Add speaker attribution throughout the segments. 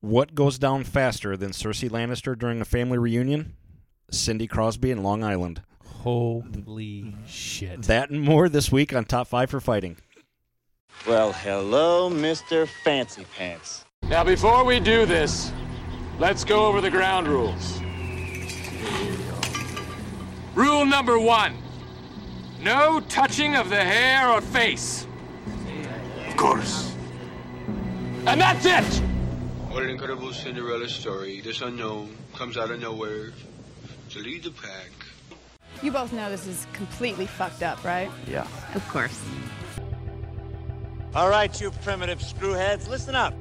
Speaker 1: What goes down faster than Cersei Lannister during a family reunion? Cindy Crosby in Long Island.
Speaker 2: Holy shit.
Speaker 1: That and more this week on Top 5 for Fighting.
Speaker 3: Well, hello, Mr. Fancy Pants.
Speaker 4: Now, before we do this, let's go over the ground rules. Rule number one no touching of the hair or face.
Speaker 5: Of course.
Speaker 4: And that's it!
Speaker 6: What an incredible Cinderella story. This unknown comes out of nowhere to lead the pack.
Speaker 7: You both know this is completely fucked up, right?
Speaker 5: Yeah.
Speaker 8: Of course.
Speaker 3: All right, you primitive screwheads, listen up.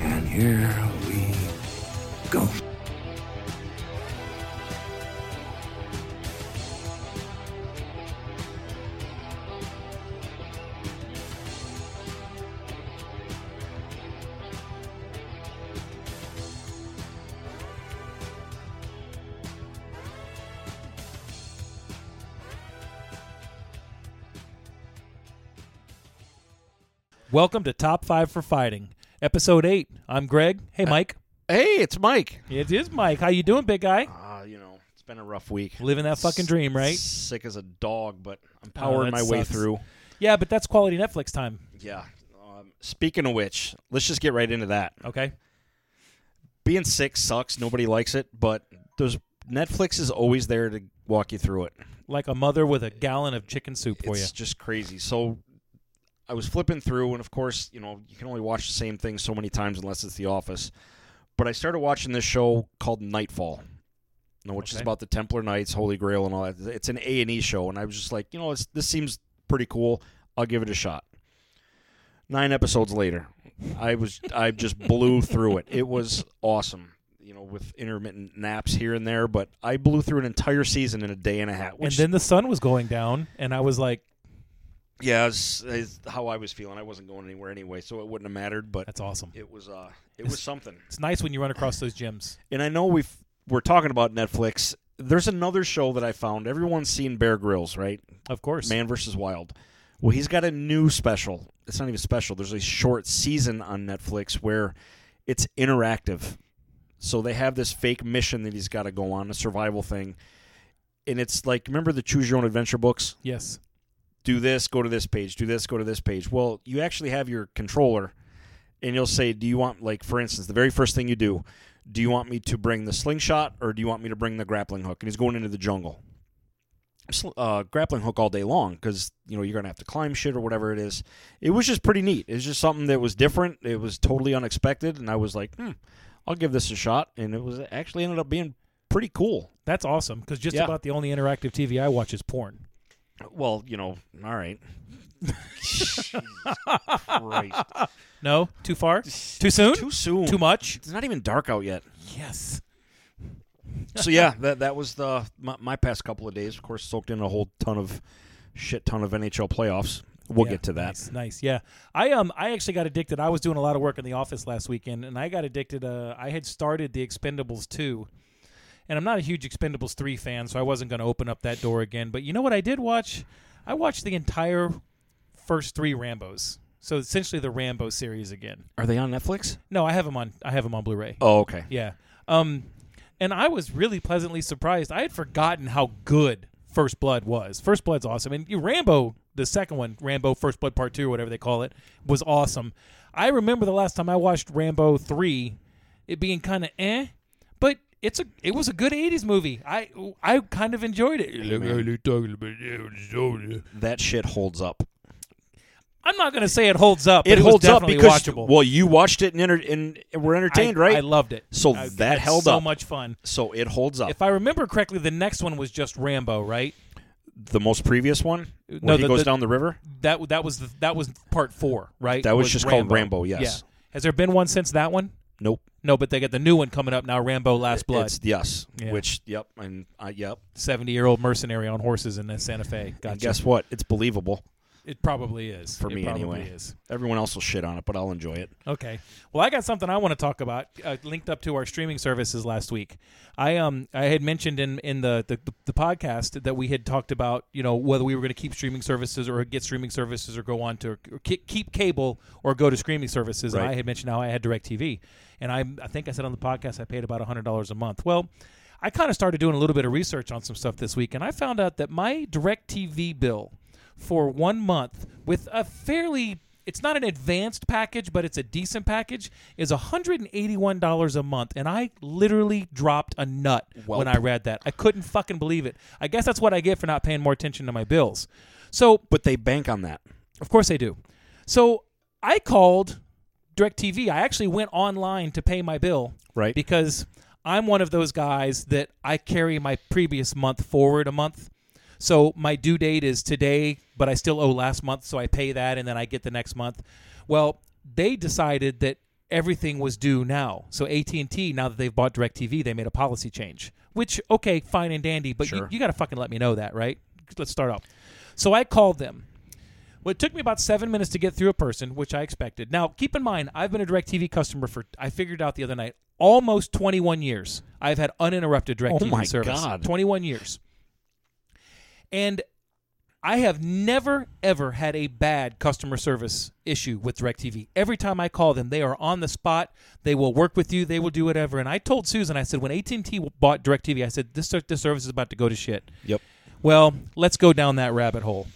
Speaker 5: And here we go.
Speaker 2: Welcome to Top 5 for Fighting, Episode 8. I'm Greg. Hey, Mike.
Speaker 1: Hey, it's Mike.
Speaker 2: Uh, It is Mike. How you doing, big guy?
Speaker 1: Ah, you know, it's been a rough week.
Speaker 2: Living that fucking dream, right? Oh,
Speaker 1: Sick as a dog, but I'm
Speaker 2: that
Speaker 1: powering my way
Speaker 2: sucks.
Speaker 1: through.
Speaker 2: Yeah, but that's quality Netflix time.
Speaker 1: Yeah. Um, speaking of which, let's just get right into that.
Speaker 2: Okay.
Speaker 1: Being sick sucks. Nobody likes it, but there's Netflix is always there to walk you through it.
Speaker 2: Like a mother with a gallon of chicken soup for
Speaker 1: it's
Speaker 2: you.
Speaker 1: just crazy. So I was flipping through, and of course, you know, you can only watch the same thing so many times unless it's The Office. But I started watching this show called Nightfall, you know, which is
Speaker 2: Okay.
Speaker 1: about the Templar Knights, Holy Grail, and all that. It's an A and E show, and I was just like, you know, it's, this seems pretty cool. I'll give it a shot. Nine episodes later, I was I just blew through it. It was awesome. You know, with intermittent naps here and there, but I blew through an entire season in a day and a half.
Speaker 2: And
Speaker 1: Which
Speaker 2: then the sun was going down, and I was like,
Speaker 1: yeah, it's, it's how I was feeling. I wasn't going anywhere anyway, so it wouldn't have mattered. But
Speaker 2: that's awesome.
Speaker 1: it was uh, it was something.
Speaker 2: It's nice when you run across those gyms.
Speaker 1: And I know we've we're talking about Netflix. There's another show that I found. Everyone's seen Bear Grylls, right?
Speaker 2: Of course.
Speaker 1: Man versus Wild. Well, he's got a new special. It's not even special. There's a short season on Netflix where it's interactive. So they have this fake mission that he's got to go on, a survival thing. And it's like remember the choose your own adventure books?
Speaker 2: Yes.
Speaker 1: do this, go to this page, do this, go to this page. Well, you actually have your controller and you'll say, Do you want, like, for instance, the very first thing you do, do you want me to bring the slingshot or do you want me to bring the grappling hook? And he's going into the jungle. Sl- Uh, grappling hook all day long because you know you're gonna have to climb shit or whatever it is. It was just pretty neat. It's just something that was different. It was totally unexpected, and I was like, "Hmm, I'll give this a shot." And it was it actually ended up being pretty cool.
Speaker 2: That's awesome because just
Speaker 1: Yeah.
Speaker 2: about the only interactive TV I watch is porn.
Speaker 1: Well, you know, all right. Jesus Christ.
Speaker 2: No? Too far? Too soon?
Speaker 1: Too soon.
Speaker 2: Too much?
Speaker 1: It's not even dark out yet.
Speaker 2: Yes.
Speaker 1: So yeah, that that was the my, my past couple of days. Of course, soaked in a whole ton of shit ton of NHL playoffs. We'll
Speaker 2: Yeah,
Speaker 1: get to that.
Speaker 2: Nice, nice. Yeah. I um I actually got addicted. I was doing a lot of work in the office last weekend and I got addicted uh I had started the Expendables 2. And I'm not a huge Expendables 3 fan, so I wasn't going to open up that door again, but you know what I did watch? I watched the entire first 3 Rambos. So essentially the Rambo series again.
Speaker 1: Are they on Netflix?
Speaker 2: No, I have them on I have them on Blu-ray.
Speaker 1: Oh, okay.
Speaker 2: Yeah. Um, and I was really pleasantly surprised. I had forgotten how good First Blood was. First Blood's awesome. And you- Rambo, the second one, Rambo First Blood Part 2, or whatever they call it, was awesome. I remember the last time I watched Rambo 3, it being kind of eh, but. It's a. It was a good '80s movie. I I kind of enjoyed it.
Speaker 1: That shit holds up.
Speaker 2: I'm not gonna say it holds up. but
Speaker 1: It,
Speaker 2: was
Speaker 1: holds up
Speaker 2: definitely
Speaker 1: because
Speaker 2: watchable.
Speaker 1: well, you watched it and, enter, and were
Speaker 2: I-
Speaker 1: entertained, right?
Speaker 2: I loved it.
Speaker 1: So
Speaker 2: I-
Speaker 1: that
Speaker 2: it's
Speaker 1: held
Speaker 2: so
Speaker 1: up.
Speaker 2: much fun.
Speaker 1: so it holds up.
Speaker 2: If I remember correctly, the next one was just Rambo, right?
Speaker 1: the most previous one, when
Speaker 2: Uh, No,
Speaker 1: he
Speaker 2: the-
Speaker 1: goes
Speaker 2: the-
Speaker 1: down the river.
Speaker 2: That that was the, that was part four, right?
Speaker 1: That was just called Rambo, yes.
Speaker 2: Yeah. Has there been one since that one?
Speaker 1: Nope.
Speaker 2: No, but they got the new one coming up now. Rambo: Last Blood,
Speaker 1: It's yes,
Speaker 2: Yeah.
Speaker 1: which yep, and uh, yep.
Speaker 2: seventy-year-old mercenary on horses in the Santa Fe.
Speaker 1: And
Speaker 2: Gotcha.
Speaker 1: guess what? It's believable.
Speaker 2: It probably is
Speaker 1: for
Speaker 2: It
Speaker 1: me
Speaker 2: probably
Speaker 1: anyway.
Speaker 2: Is.
Speaker 1: Everyone else will shit on it, but I'll enjoy it.
Speaker 2: Okay. Well, I got something I want to talk about uh, linked up to our streaming services last week. I um I had mentioned in in the the, the podcast that we had talked about you know whether we were going to keep streaming services or get streaming services or go on to or ki- keep cable or go to streaming services. And
Speaker 1: Right.
Speaker 2: I had mentioned how I had DirecTV, and I I think I said on the podcast I paid about hundred dollars a month. Well. I kind of started doing a little bit of research on some stuff this week, and I found out that my DirecTV bill for one month with a fairly it's not an advanced package but it's a decent package is $181 a month and i literally dropped a nut when i read that i couldn't fucking believe it i guess that's what i get for not paying more attention to my bills so
Speaker 1: But they bank on that.
Speaker 2: of course they do. So I called DirecTV. I actually went online to pay my bill.
Speaker 1: Right.
Speaker 2: Because I'm one of those guys that I carry my previous month forward a month. So my due date is today, but I still owe last month, so I pay that and then I get the next month. Well, they decided that everything was due now. So AT&T, now that they've bought DirecTV, they made a policy change. Which okay, fine and dandy, but you,
Speaker 1: Sure.
Speaker 2: you got to fucking let me know that, right? Let's start out. So I called them. Well, it took me about seven minutes to get through a person, which I expected. Now, keep in mind, I've been a DirecTV customer for, I figured out the other night, almost 21 years. I've had uninterrupted DirecTV
Speaker 1: Oh my
Speaker 2: service.
Speaker 1: God.
Speaker 2: 21 years. And I have never, ever had a bad customer service issue with DirecTV. Every time I call them, they are on the spot. They will work with you. They will do whatever. And I told Susan, I said, when AT&T bought DirecTV, I said, this, ser- this service is about to go to shit.
Speaker 1: Yep.
Speaker 2: Well, let's go down that rabbit hole.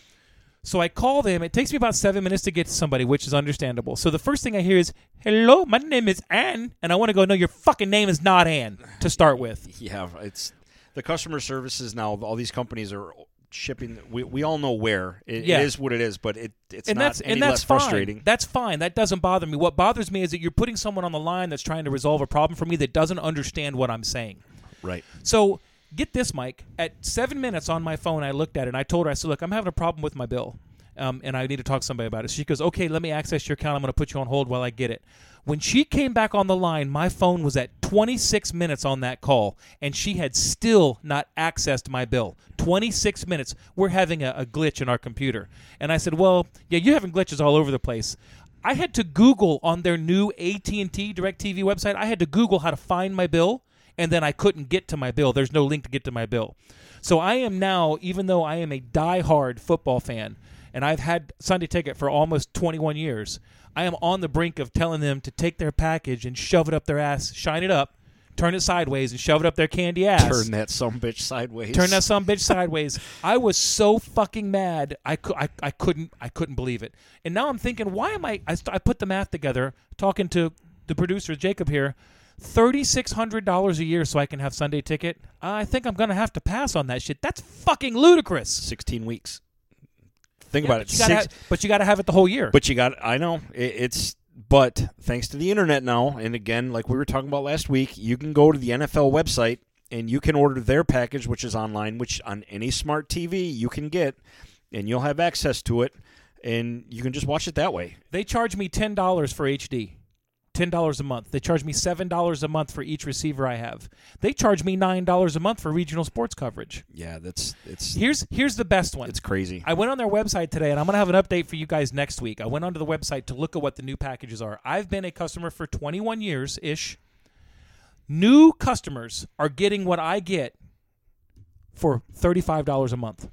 Speaker 2: So I call them. It takes me about seven minutes to get to somebody, which is understandable. So the first thing I hear is, "Hello, my name is Ann," and I want to go, "No, your fucking name is not Ann." To start with,
Speaker 1: Yeah, it's the customer services now. All these companies are shipping. We, we all know where It-
Speaker 2: Yeah.
Speaker 1: it is what it is, but it it's
Speaker 2: and
Speaker 1: not
Speaker 2: that's
Speaker 1: any
Speaker 2: and that's
Speaker 1: less
Speaker 2: fine.
Speaker 1: frustrating.
Speaker 2: That's fine. That doesn't bother me. What bothers me is that you're putting someone on the line that's trying to resolve a problem for me that doesn't understand what I'm saying.
Speaker 1: right.
Speaker 2: So get this, Mike. At seven minutes on my phone, I looked at it and I told her, I said, "Look, I'm having a problem with my bill, um, and I need to talk to somebody about it." She goes, "Okay, let me access your account. I'm going to put you on hold while I get it." When she came back on the line, my phone was at 26 minutes on that call, and she had still not accessed my bill. 26 minutes. We're having a, a glitch in our computer, and I said, "Well, yeah, you're having glitches all over the place." I had to Google on their new AT&T DirecTV website. I had to Google how to find my bill and then I couldn't get to my bill. There's no link to get to my bill. So I am now, even though I am a die-hard football fan, and I've had Sunday ticket for almost 21 years, I am on the brink of telling them to take their package and shove it up their ass, shine it up, turn it sideways, and shove it up their candy ass.
Speaker 1: Turn that some bitch sideways.
Speaker 2: Turn that some bitch sideways. I was so fucking mad. I, cou- I, I couldn't I couldn't believe it. And now I'm thinking, why am I? I, st- I put the math together, talking to the producer Jacob here. Thirty six hundred dollars a year so I can have Sunday ticket. I think I'm gonna have to pass on that shit. That's fucking ludicrous.
Speaker 1: sixteen weeks. Think about it.
Speaker 2: but, you gotta
Speaker 1: Six-
Speaker 2: have, but you gotta have it the whole year.
Speaker 1: But you got, I know it, it's, but thanks to the internet now, and again, like we were talking about last week, you can go to the NFL website and you can order their package, which is online, which on any smart TV you can get, and you'll have access to it, and you can just watch it that way.
Speaker 2: they charge me ten dollars for HD. Ten dollars a month. They charge me seven dollars a month for each receiver I have. They charge me nine dollars a month for regional sports coverage.
Speaker 1: Yeah, that's it's
Speaker 2: Here's here's the best one.
Speaker 1: it's crazy.
Speaker 2: I went on their website today, and I'm going to have an update for you guys next week. I went onto the website to look at what the new packages are. I've been a customer for 21 years ish. New customers are getting what I get for $35 a month.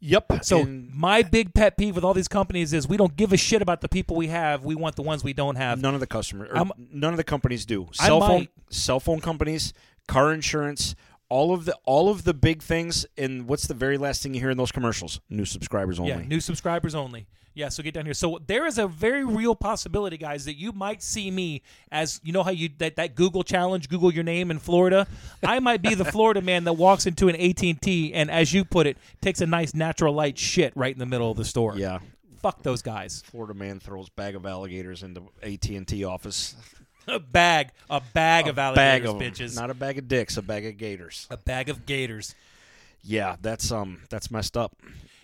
Speaker 1: yep.
Speaker 2: So,
Speaker 1: and
Speaker 2: my big pet peeve with all these companies is we don't give a shit about the people we have. We want the ones we don't have.
Speaker 1: none of the customer, or
Speaker 2: I'm-
Speaker 1: none of the companies do.
Speaker 2: I
Speaker 1: Cell phone,
Speaker 2: might-
Speaker 1: cell phone companies, car insurance. All of the all of the big things, and what's the very last thing you hear in those commercials? New subscribers only.
Speaker 2: Yeah, new subscribers only. Yeah, so get down here. So there is a very real possibility, guys, that you might see me as you know how you that, that Google challenge, Google your name in Florida. I might be the Florida man that walks into an AT and T and, as you put it, takes a nice natural light shit right in the middle of the store.
Speaker 1: yeah.
Speaker 2: fuck those guys.
Speaker 1: Florida man throws bag of alligators into AT and T office.
Speaker 2: A bag, a bag of alligators,
Speaker 1: bag of 'em.
Speaker 2: bitches.
Speaker 1: not a bag of dicks, a bag of gators.
Speaker 2: a bag of gators.
Speaker 1: Yeah, that's um, that's messed up.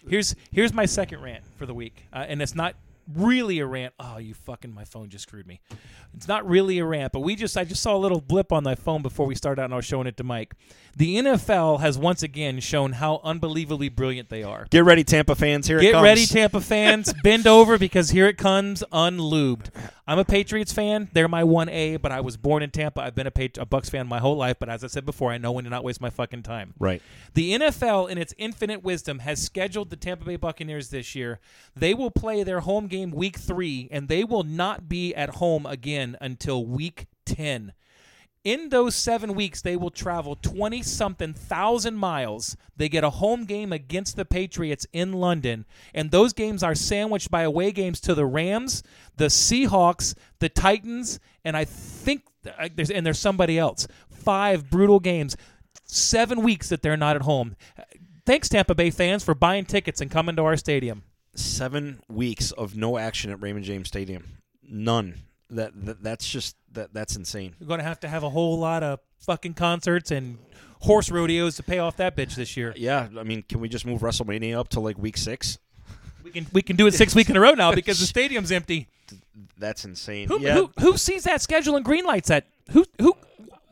Speaker 2: Here's here's my second rant for the week, uh, and it's not really a rant. Oh, you fucking my phone just screwed me. It's not really a rant, but we just I just saw a little blip on my phone before we started out and I was showing it to Mike. The NFL has once again shown how unbelievably brilliant they are.
Speaker 1: Get ready, Tampa fans. Here it
Speaker 2: Get
Speaker 1: comes.
Speaker 2: ready, Tampa fans. Bend over because here it comes, unlubed. I'm a Patriots fan. They're my 1A, but I was born in Tampa. I've been a, Pat- a Bucks fan my whole life, but as I said before, I know when to not waste my fucking time.
Speaker 1: Right.
Speaker 2: The NFL, in its infinite wisdom, has scheduled the Tampa Bay Buccaneers this year. They will play their home game week three, and they will not be at home again until week 10. In those seven weeks, they will travel 20 something thousand miles. They get a home game against the Patriots in London, and those games are sandwiched by away games to the Rams, the Seahawks, the Titans, and I think I- there's and there's somebody else. Five brutal games, seven weeks that they're not at home. Thanks, Tampa Bay fans, for buying tickets and coming to our stadium.
Speaker 1: Seven weeks of no action at Raymond James Stadium. None. That, that that's just that that's insane.
Speaker 2: We're going to have to have a whole lot of fucking concerts and horse rodeos to pay off that bitch this year.
Speaker 1: Yeah, I mean, can we just move WrestleMania up to like week six?
Speaker 2: We can we can do it six weeks in a row now because the stadium's empty.
Speaker 1: That's insane.
Speaker 2: Who,
Speaker 1: yeah,
Speaker 2: who who sees that schedule and greenlights that? Who who?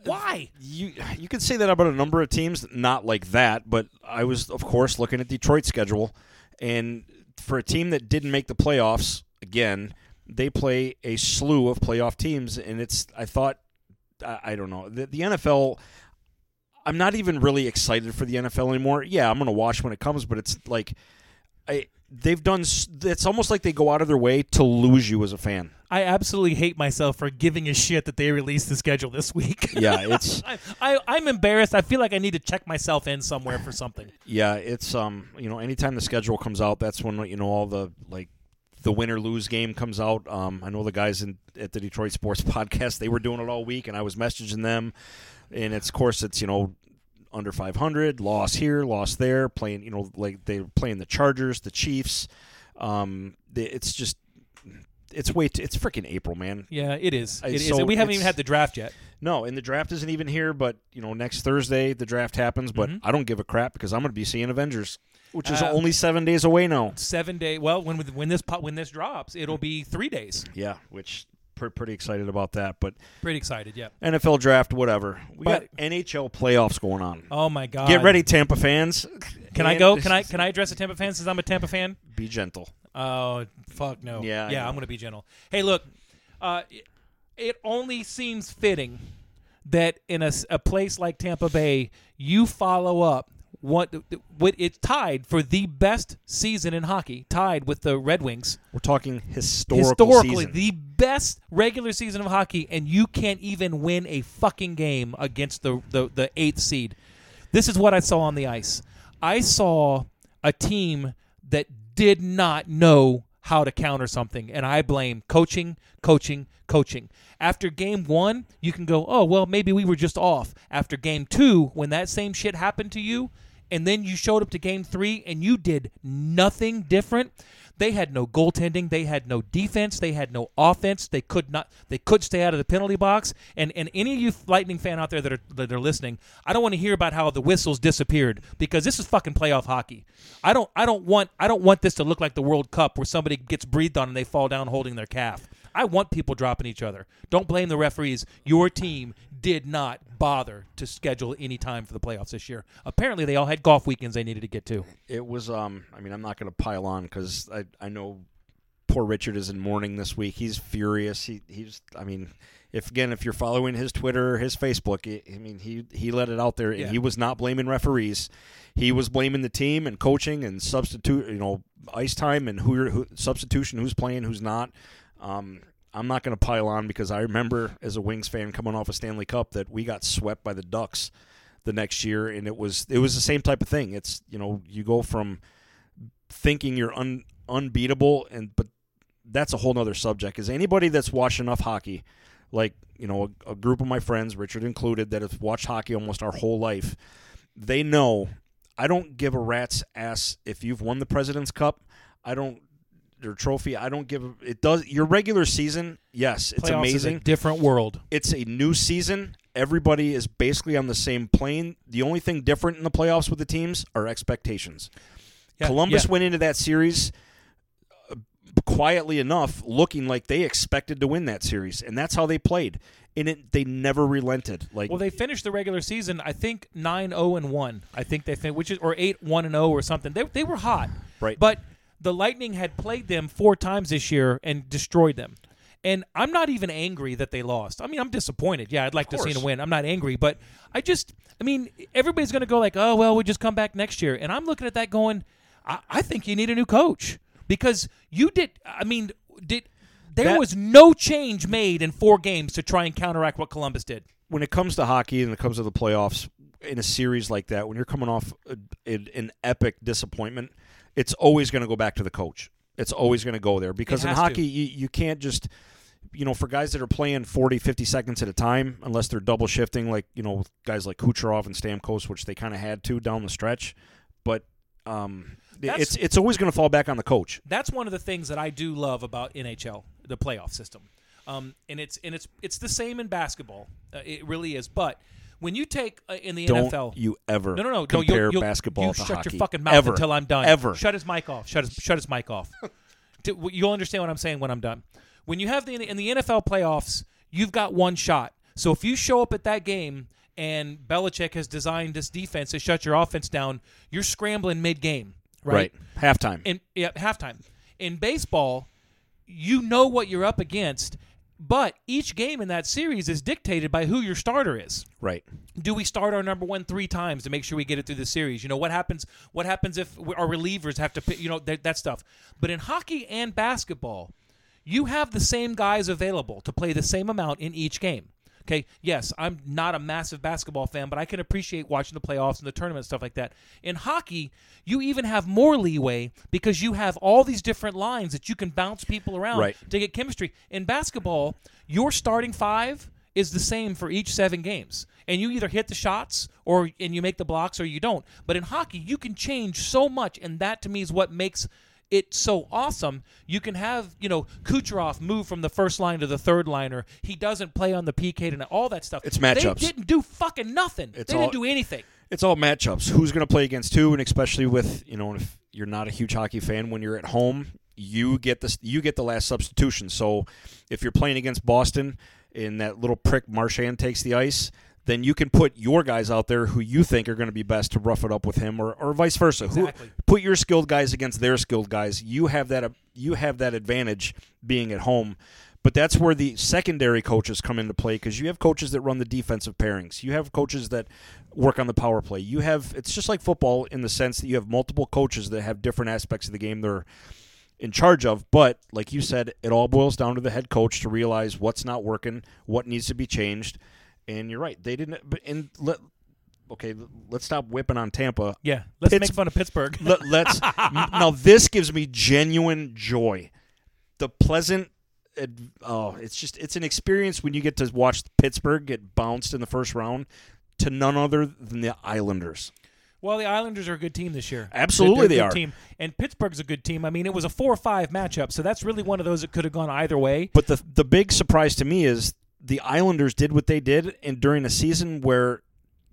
Speaker 2: Why?
Speaker 1: you you could say that about a number of teams, not like that, but I was of course looking at Detroit's schedule, and for a team that didn't make the playoffs again, they play a slew of playoff teams, and it's I thought I, I don't know the, the NFL. I'm not even really excited for the NFL anymore. Yeah, I'm gonna watch when it comes, but it's like I they've done. s- It's almost like they go out of their way to lose you as a fan.
Speaker 2: I absolutely hate myself for giving a shit that they released the schedule this week.
Speaker 1: Yeah, it's.
Speaker 2: I, I I'm embarrassed. I feel like I need to check myself in somewhere for something.
Speaker 1: Yeah, it's um, you know, anytime the schedule comes out, that's when you know all the like the win or lose game comes out. Um, I know the guys in at the Detroit Sports Podcast they were doing it all week, and I was messaging them, and it's of course it's you know under 500, loss here, loss there, playing you know like they were playing the Chargers, the Chiefs. Um, they- it's just it's way too, it's freaking April, man.
Speaker 2: Yeah, it is.
Speaker 1: I-
Speaker 2: It is.
Speaker 1: so
Speaker 2: We haven't
Speaker 1: it's-
Speaker 2: even had the draft yet.
Speaker 1: No, and the draft isn't even here, but you know, next Thursday the draft happens, but I don't give a crap because I'm going to be seeing Avengers, which is
Speaker 2: Uh,
Speaker 1: only 7 days away now.
Speaker 2: Seven day. Well, when when this po- when this drops, it'll be three days.
Speaker 1: Yeah, which pr- pretty excited about that, but
Speaker 2: Pretty excited. Yeah.
Speaker 1: NFL draft whatever. We
Speaker 2: But-
Speaker 1: got NHL playoffs going on.
Speaker 2: Oh my god.
Speaker 1: Get ready Tampa fans.
Speaker 2: Can I
Speaker 1: And-
Speaker 2: go? Can I can I address a Tampa fan since I'm a Tampa fan?
Speaker 1: be gentle.
Speaker 2: Oh fuck no.
Speaker 1: Yeah, I
Speaker 2: yeah.
Speaker 1: know.
Speaker 2: I'm gonna be gentle. Hey, look, uh, it, it only seems fitting that in a, s- a place like Tampa Bay, you follow up what what it's tied for the best season in hockey, tied with the Red Wings.
Speaker 1: We're talking historical
Speaker 2: Historically,
Speaker 1: season.
Speaker 2: the best regular season of hockey, and you can't even win a fucking game against the, the, the eighth seed. This is what I saw on the ice. I saw a team that did not know how to counter something, and I blame coaching, coaching, coaching. After game one, you can go, oh, well, maybe we were just off. After game two, when that same shit happened to you, and then you showed up to game three and you did nothing different. They had no goaltending. They had no defense. They had no offense. They could not. They could stay out of the penalty box. And and any of you Lightning fan out there that are that are listening, I don't want to hear about how the whistles disappeared because this is fucking playoff hockey. I don't I don't want I don't want this to look like the World Cup where somebody gets breathed on and they fall down holding their calf. I want people dropping each other. Don't blame the referees. Your team did not bother to schedule any time for the playoffs this year. Apparently, they all had golf weekends they needed to get to.
Speaker 1: it was um i mean i'm not going to pile on because I, I know poor richard is in mourning this week he's furious he he's i mean if again if you're following his twitter his facebook i i mean he he let it out there and
Speaker 2: Yeah.
Speaker 1: he was not blaming referees he was blaming the team and coaching and substitute you know ice time and who, you're- who substitution who's playing who's not um I'm not going to pile on because I remember as a Wings fan coming off a Stanley Cup that we got swept by the Ducks the next year and it was it was the same type of thing it's you know you go from thinking you're un, unbeatable and but that's a whole nother subject is anybody that's watched enough hockey like you know a, a group of my friends richard included that have watched hockey almost our whole life they know i don't give a rat's ass if you've won the president's cup i don't your trophy i don't give a, it does your regular season yes it's
Speaker 2: Playoffs is a
Speaker 1: amazing
Speaker 2: different world.
Speaker 1: it's a new season. Everybody is basically on the same plane. The only thing different in the playoffs with the teams are expectations.
Speaker 2: Yeah,
Speaker 1: Columbus
Speaker 2: yeah.
Speaker 1: went into that series uh, quietly enough looking like they expected to win that series, and that's how they played. And it, they never relented. Like
Speaker 2: Well, they finished the regular season, I think 9-0 and 1. I think they fin- which is or 8-1 and 0 or something. They they were hot.
Speaker 1: Right.
Speaker 2: But the Lightning had played them four times this year and destroyed them. And I'm not even angry that they lost. I mean, I'm disappointed. Yeah, I'd like to see them win. I'm not angry, but I just I mean, everybody's going to go like, "Oh, well, we just come back next year." And I'm looking at that going, I, I think you need a new coach because you did I mean, did there
Speaker 1: That-
Speaker 2: was no change made in four games to try and counteract what Columbus did.
Speaker 1: when it comes to hockey and it comes to the playoffs in a series like that, when you're coming off a, a- an epic disappointment, it's always going to go back to the coach. It's always going to go there because in
Speaker 2: It has to.
Speaker 1: hockey, you, you can't just, you know, for guys that are playing 40, 50 seconds at a time, unless they're double shifting, like, you know, with guys like Kucherov and Stamkos, which they kind of had to down the stretch. But um,
Speaker 2: That's-
Speaker 1: it's, it's always going to fall back on the coach.
Speaker 2: that's one of the things that I do love about NHL, the playoff system. Um, and it's and it's it's the same in basketball. Uh, it really is. But when you take uh, in the
Speaker 1: Don't
Speaker 2: NFL,
Speaker 1: you ever
Speaker 2: no no no
Speaker 1: compare
Speaker 2: no, you'll, you'll,
Speaker 1: basketball
Speaker 2: You
Speaker 1: to
Speaker 2: shut
Speaker 1: hockey.
Speaker 2: your fucking mouth
Speaker 1: Ever.
Speaker 2: until I'm done.
Speaker 1: Ever.
Speaker 2: shut his mic off. Shut his shut his mic off. Do- well, You'll understand what I'm saying when I'm done. When you have the in the NFL playoffs, you've got one shot. So if you show up at that game and Belichick has designed this defense to shut your offense down, you're scrambling mid game,
Speaker 1: right. Halftime.
Speaker 2: in yeah, halftime. In baseball, you know what you're up against, but each game in that series is dictated by who your starter is.
Speaker 1: right.
Speaker 2: Do we start our number one three times to make sure we get it through the series? You know what happens? What happens if we- our relievers have to? Pick, you know that, that stuff. But in hockey and basketball, you have the same guys available to play the same amount in each game. Okay. Yes, I'm not a massive basketball fan, but I can appreciate watching the playoffs and the tournament and stuff like that. In hockey, you even have more leeway because you have all these different lines that you can bounce people around
Speaker 1: Right.
Speaker 2: to get chemistry. In basketball, your starting five is the same for each seven games, and you either hit the shots or and you make the blocks or you don't. But in hockey, you can change so much, and that to me is what makes it so awesome. You can have you know Kucherov move from the first line to the third liner. He doesn't play on the PK and all that stuff.
Speaker 1: It's
Speaker 2: They
Speaker 1: matchups.
Speaker 2: didn't do fucking nothing.
Speaker 1: It's
Speaker 2: they
Speaker 1: all-
Speaker 2: didn't do anything.
Speaker 1: it's all matchups. Who's going to play against who, and especially with you know if you're not a huge hockey fan, when you're at home, you get this, you get the last substitution. So if you're playing against Boston and that little prick Marchand takes the ice, then you can put your guys out there who you think are going to be best to rough it up with him, or, or vice versa. Who-
Speaker 2: Exactly.
Speaker 1: put your skilled guys against their skilled guys. You have that you have that advantage being at home. But that's where the secondary coaches come into play because you have coaches that run the defensive pairings. You have coaches that work on the power play. You have it's just like football in the sense that you have multiple coaches that have different aspects of the game they're in charge of. But like you said, it all boils down to the head coach to realize what's not working, what needs to be changed. And you're right, they didn't. but- And let okay, let's stop whipping on Tampa
Speaker 2: Yeah, let's
Speaker 1: make
Speaker 2: make
Speaker 1: Pitts-
Speaker 2: fun
Speaker 1: fun
Speaker 2: of Pittsburgh.
Speaker 1: let, let's now this gives me genuine joy the pleasant ad- oh it's just it's an experience when you get to watch pittsburgh get bounced in the first round to none other than the islanders
Speaker 2: Well, the Islanders are a good team this year.
Speaker 1: Absolutely
Speaker 2: They're a
Speaker 1: they
Speaker 2: good
Speaker 1: are.
Speaker 2: Team. And Pittsburgh's a good team. I mean, it was a four-five matchup, so that's really one of those that could have gone either way.
Speaker 1: but the the big surprise to me is the islanders did what they did and during a season where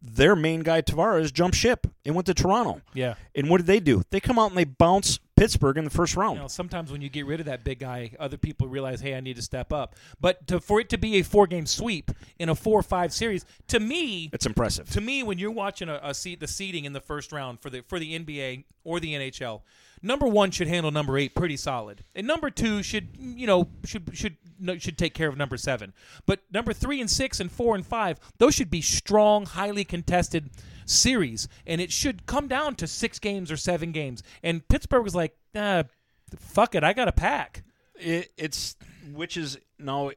Speaker 1: their main guy tavares jumped ship and went to toronto
Speaker 2: Yeah.
Speaker 1: and what did they do they come out and they bounce pittsburgh in the first round
Speaker 2: You know, sometimes when you get rid of that big guy, other people realize, hey, I need to step up. But to, for it to be a four-game sweep in a four-five series, to me,
Speaker 1: it's impressive
Speaker 2: to me, when you're watching a, a seat, the seating in the first round for the for the NBA or the NHL, number one should handle number eight pretty solid, and number two should you know should should no, should take care of number seven. But number three and six and four and five, those should be strong, highly contested series, and it should come down to six games or seven games. And Pittsburgh was like, nah, fuck it, I got a pack.
Speaker 1: it, it's which is no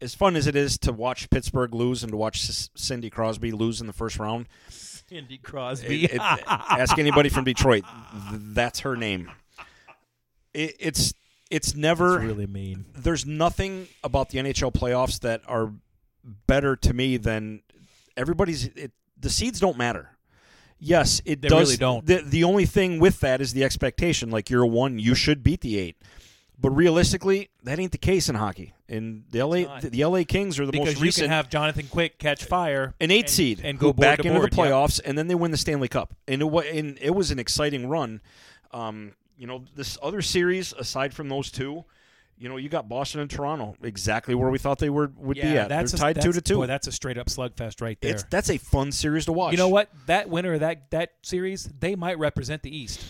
Speaker 1: as fun as it is to watch Pittsburgh lose and to watch C- Cindy Crosby lose in the first round.
Speaker 2: Andy Crosby.
Speaker 1: It, it- ask anybody from Detroit, th- that's her name. It, it's it's never
Speaker 2: really mean.
Speaker 1: there's nothing about the NHL playoffs that are better to me than everybody's. It, the seeds don't matter. Yes, it
Speaker 2: They
Speaker 1: does.
Speaker 2: really don't.
Speaker 1: The, the only thing with that is the expectation. Like you're a one, you should beat the eight. But realistically, that ain't the case in hockey. And the LA,
Speaker 2: not.
Speaker 1: the, LA Kings are the
Speaker 2: Because
Speaker 1: most
Speaker 2: you
Speaker 1: recent
Speaker 2: can have Jonathan Quick catch fire,
Speaker 1: an eight
Speaker 2: and-
Speaker 1: seed
Speaker 2: and
Speaker 1: who
Speaker 2: go board
Speaker 1: back
Speaker 2: to
Speaker 1: into
Speaker 2: board,
Speaker 1: the
Speaker 2: yeah.
Speaker 1: playoffs, and then they win the Stanley Cup. And it, wa- and it was an exciting run. Um, you know, this other series aside from those two, You know, you got Boston and Toronto exactly where we thought they were would be
Speaker 2: Yeah,
Speaker 1: at.
Speaker 2: that's
Speaker 1: They're
Speaker 2: a-
Speaker 1: tied two
Speaker 2: that's-
Speaker 1: to two.
Speaker 2: Boy, that's a straight up slugfest right there.
Speaker 1: it's that's a fun series to watch.
Speaker 2: you know what? That winner of that that series, they might represent the East.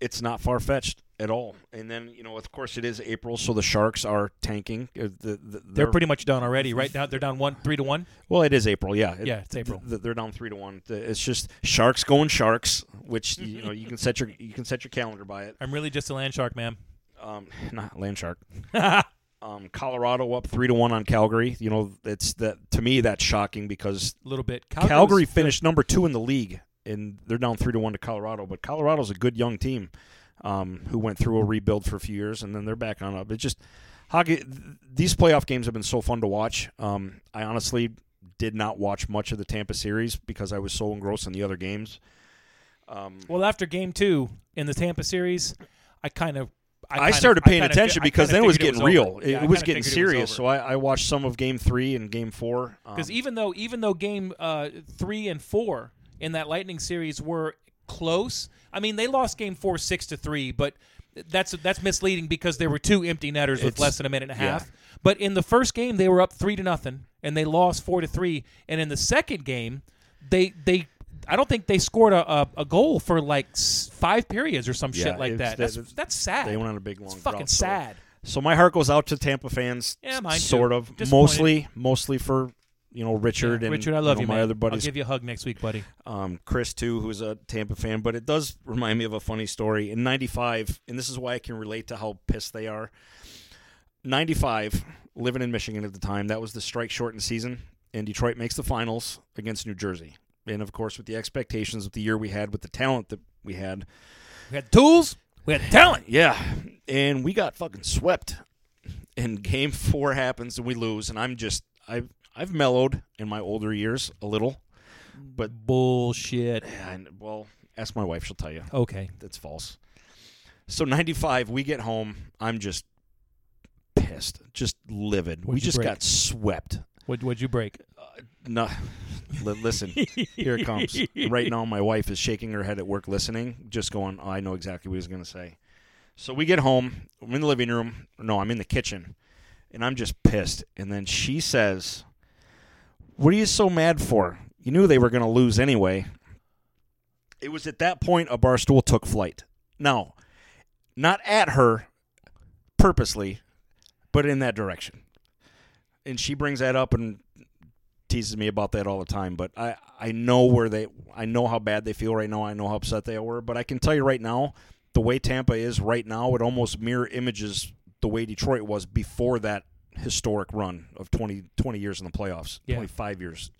Speaker 1: It's not far fetched at all. And then you know, of course, it is April, so the Sharks are tanking. Uh, the- the-
Speaker 2: They're pretty much done already. Right now, they're down one, three to one.
Speaker 1: well. It is April, yeah. It-
Speaker 2: Yeah, it's April.
Speaker 1: th- they're down three to one. Th- It's just Sharks going Sharks, which
Speaker 2: Mm-hmm.
Speaker 1: you know you can set your you can set your calendar by it.
Speaker 2: I'm really just a land shark, ma'am.
Speaker 1: um, not land shark. um, Colorado up three to one on Calgary. You know, it's that to me that's shocking because
Speaker 2: A little bit. Calgary's
Speaker 1: Calgary
Speaker 2: good.
Speaker 1: finished number two in the league, and they're down three to one to Colorado. But Colorado's a good young team um, who went through a rebuild for a few years, and then they're back on up. It's just hockey. th- These playoff games have been so fun to watch. Um, I honestly did not watch much of the Tampa series because I was so engrossed in the other games.
Speaker 2: Well, after game two in the Tampa series, I kind of. I,
Speaker 1: I
Speaker 2: kinda-
Speaker 1: started paying
Speaker 2: kinda
Speaker 1: attention
Speaker 2: fi- I
Speaker 1: because
Speaker 2: kinda
Speaker 1: then it was
Speaker 2: figured
Speaker 1: getting real.
Speaker 2: over.
Speaker 1: It,
Speaker 2: Yeah, I
Speaker 1: it was
Speaker 2: kinda
Speaker 1: getting
Speaker 2: figured it was
Speaker 1: serious.
Speaker 2: over. e
Speaker 1: so I, I watched some of Game Three and Game Four. Um,
Speaker 2: because even though even though game uh, three and four in that Lightning series were close, I mean they lost game four six to three, but that's that's misleading because there were two empty netters with
Speaker 1: It's-
Speaker 2: less than a minute and a
Speaker 1: yeah.
Speaker 2: half. But in the first game they were up three to nothing and they lost four to three, and in the second game they they. I don't think they scored a, a, a goal for like s- five periods or some
Speaker 1: Yeah,
Speaker 2: shit like
Speaker 1: it's-
Speaker 2: that. That's,
Speaker 1: that-
Speaker 2: that's sad.
Speaker 1: they went on a big long
Speaker 2: It's fucking
Speaker 1: drought, so-
Speaker 2: sad.
Speaker 1: so my heart goes out to Tampa fans.
Speaker 2: Yeah, mine too.
Speaker 1: sort of.
Speaker 2: Disappointed.
Speaker 1: Mostly, mostly for you know Richard and
Speaker 2: Richard, I love
Speaker 1: know,
Speaker 2: you,
Speaker 1: my
Speaker 2: man.
Speaker 1: other
Speaker 2: I'll
Speaker 1: buddies,
Speaker 2: give you a hug next week, buddy.
Speaker 1: um, Chris too, who's a Tampa fan. But it does remind me of a funny story in '95, and this is why I can relate to how pissed they are. '95, living in Michigan at the time, that was the strike shortened season, and Detroit makes the finals against New Jersey. And of course, with the expectations of the year we had, with the talent that we had,
Speaker 2: We had tools, we had talent.
Speaker 1: yeah, and we got fucking swept. And game four happens and we lose, and I'm just I've I've mellowed in my older years a little, but
Speaker 2: Bullshit.
Speaker 1: and well, ask my wife, she'll tell you
Speaker 2: Okay.
Speaker 1: that's false. So 95, we get home, I'm just pissed, just livid. we
Speaker 2: What'd you
Speaker 1: just
Speaker 2: break?
Speaker 1: got swept.
Speaker 2: What would you break?
Speaker 1: No, li- listen. Here it comes. Right now, my wife is shaking her head at work, listening, just going, oh, "I know exactly what he's going to say." So we get home. I'm in the living room. No, I'm in the kitchen, and I'm just pissed. And then she says, "What are you so mad for? You knew they were going to lose anyway." It was at that point a bar stool took flight. Now, not at her purposely, but in that direction. And she brings that up and teases me about that all the time. But I, I know where they, I know how bad they feel right now. I know how upset they were. But I can tell you right now, the way Tampa is right now, it almost mirror images the way Detroit was before that historic run of 20, 20 years in the playoffs,
Speaker 2: Yeah.
Speaker 1: 25 years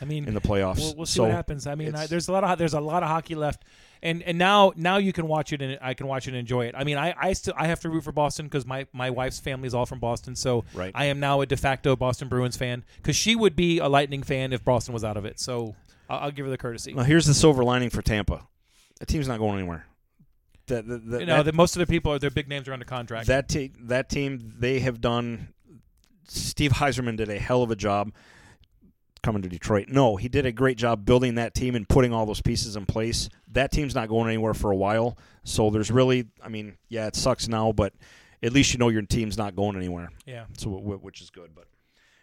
Speaker 2: I mean,
Speaker 1: in the playoffs.
Speaker 2: We'll, we'll see
Speaker 1: So
Speaker 2: what happens. I mean, I,
Speaker 1: it's-
Speaker 2: there's a lot of there's a lot of hockey left, and and now now you can watch it and I can watch it and enjoy it. I mean, I, I still I have to root for Boston because my my wife's family is all from Boston, so
Speaker 1: Right.
Speaker 2: I am now a de facto Boston Bruins fan because she would be a Lightning fan if Boston was out of it. So I'll, I'll give her the courtesy.
Speaker 1: Now here's the silver lining for Tampa. The team's not going anywhere. That that that,
Speaker 2: you know,
Speaker 1: that,
Speaker 2: that most of the people are their big names are under contract.
Speaker 1: that, te- that team they have done. Steve Heiserman did a hell of a job coming to Detroit. No, he did a great job building that team and putting all those pieces in place. That team's not going anywhere for a while. So there's really, I mean, yeah, it sucks now, but at least you know your team's not going anywhere.
Speaker 2: yeah,
Speaker 1: So wh- wh- which is good, but.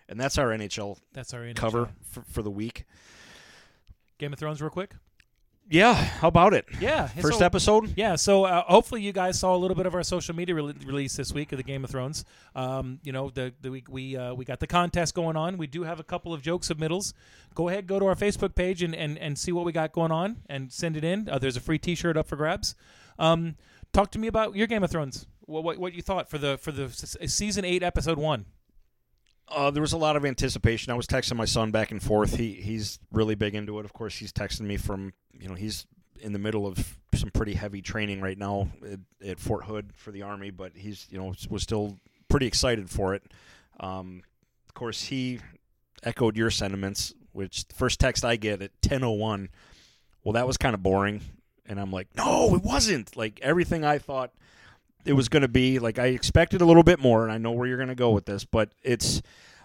Speaker 1: And that's our NHL
Speaker 2: that's our NHL.
Speaker 1: cover for, for the week.
Speaker 2: Game of Thrones, real quick.
Speaker 1: Yeah, how about it?
Speaker 2: Yeah,
Speaker 1: First
Speaker 2: so-
Speaker 1: episode?
Speaker 2: Yeah, so uh, hopefully you guys saw a little bit of our social media rele release this week of the Game of Thrones. Um, you know, the, the we we uh, we got the contest going on. We do have a couple of joke submittals. Go ahead, go to our Facebook page and and, and see what we got going on and send it in. Uh, there's a free T-shirt up for grabs. Um, talk to me about your Game of Thrones. What, what what you thought for the for the s- s- season eight episode one?
Speaker 1: Uh, there was a lot of anticipation. I was texting my son back and forth. He he's really big into it. Of course, he's texting me from you know he's in the middle of some pretty heavy training right now at, at Fort Hood for the Army, but he's you know was still pretty excited for it. Um, of course, he echoed your sentiments. Which the first text I get at ten oh one, well, that was kind of boring, and I'm like, no, it wasn't. Like everything I thought it was going to be. Like I expected a little bit more, and I know where you're going to go with this, but it's.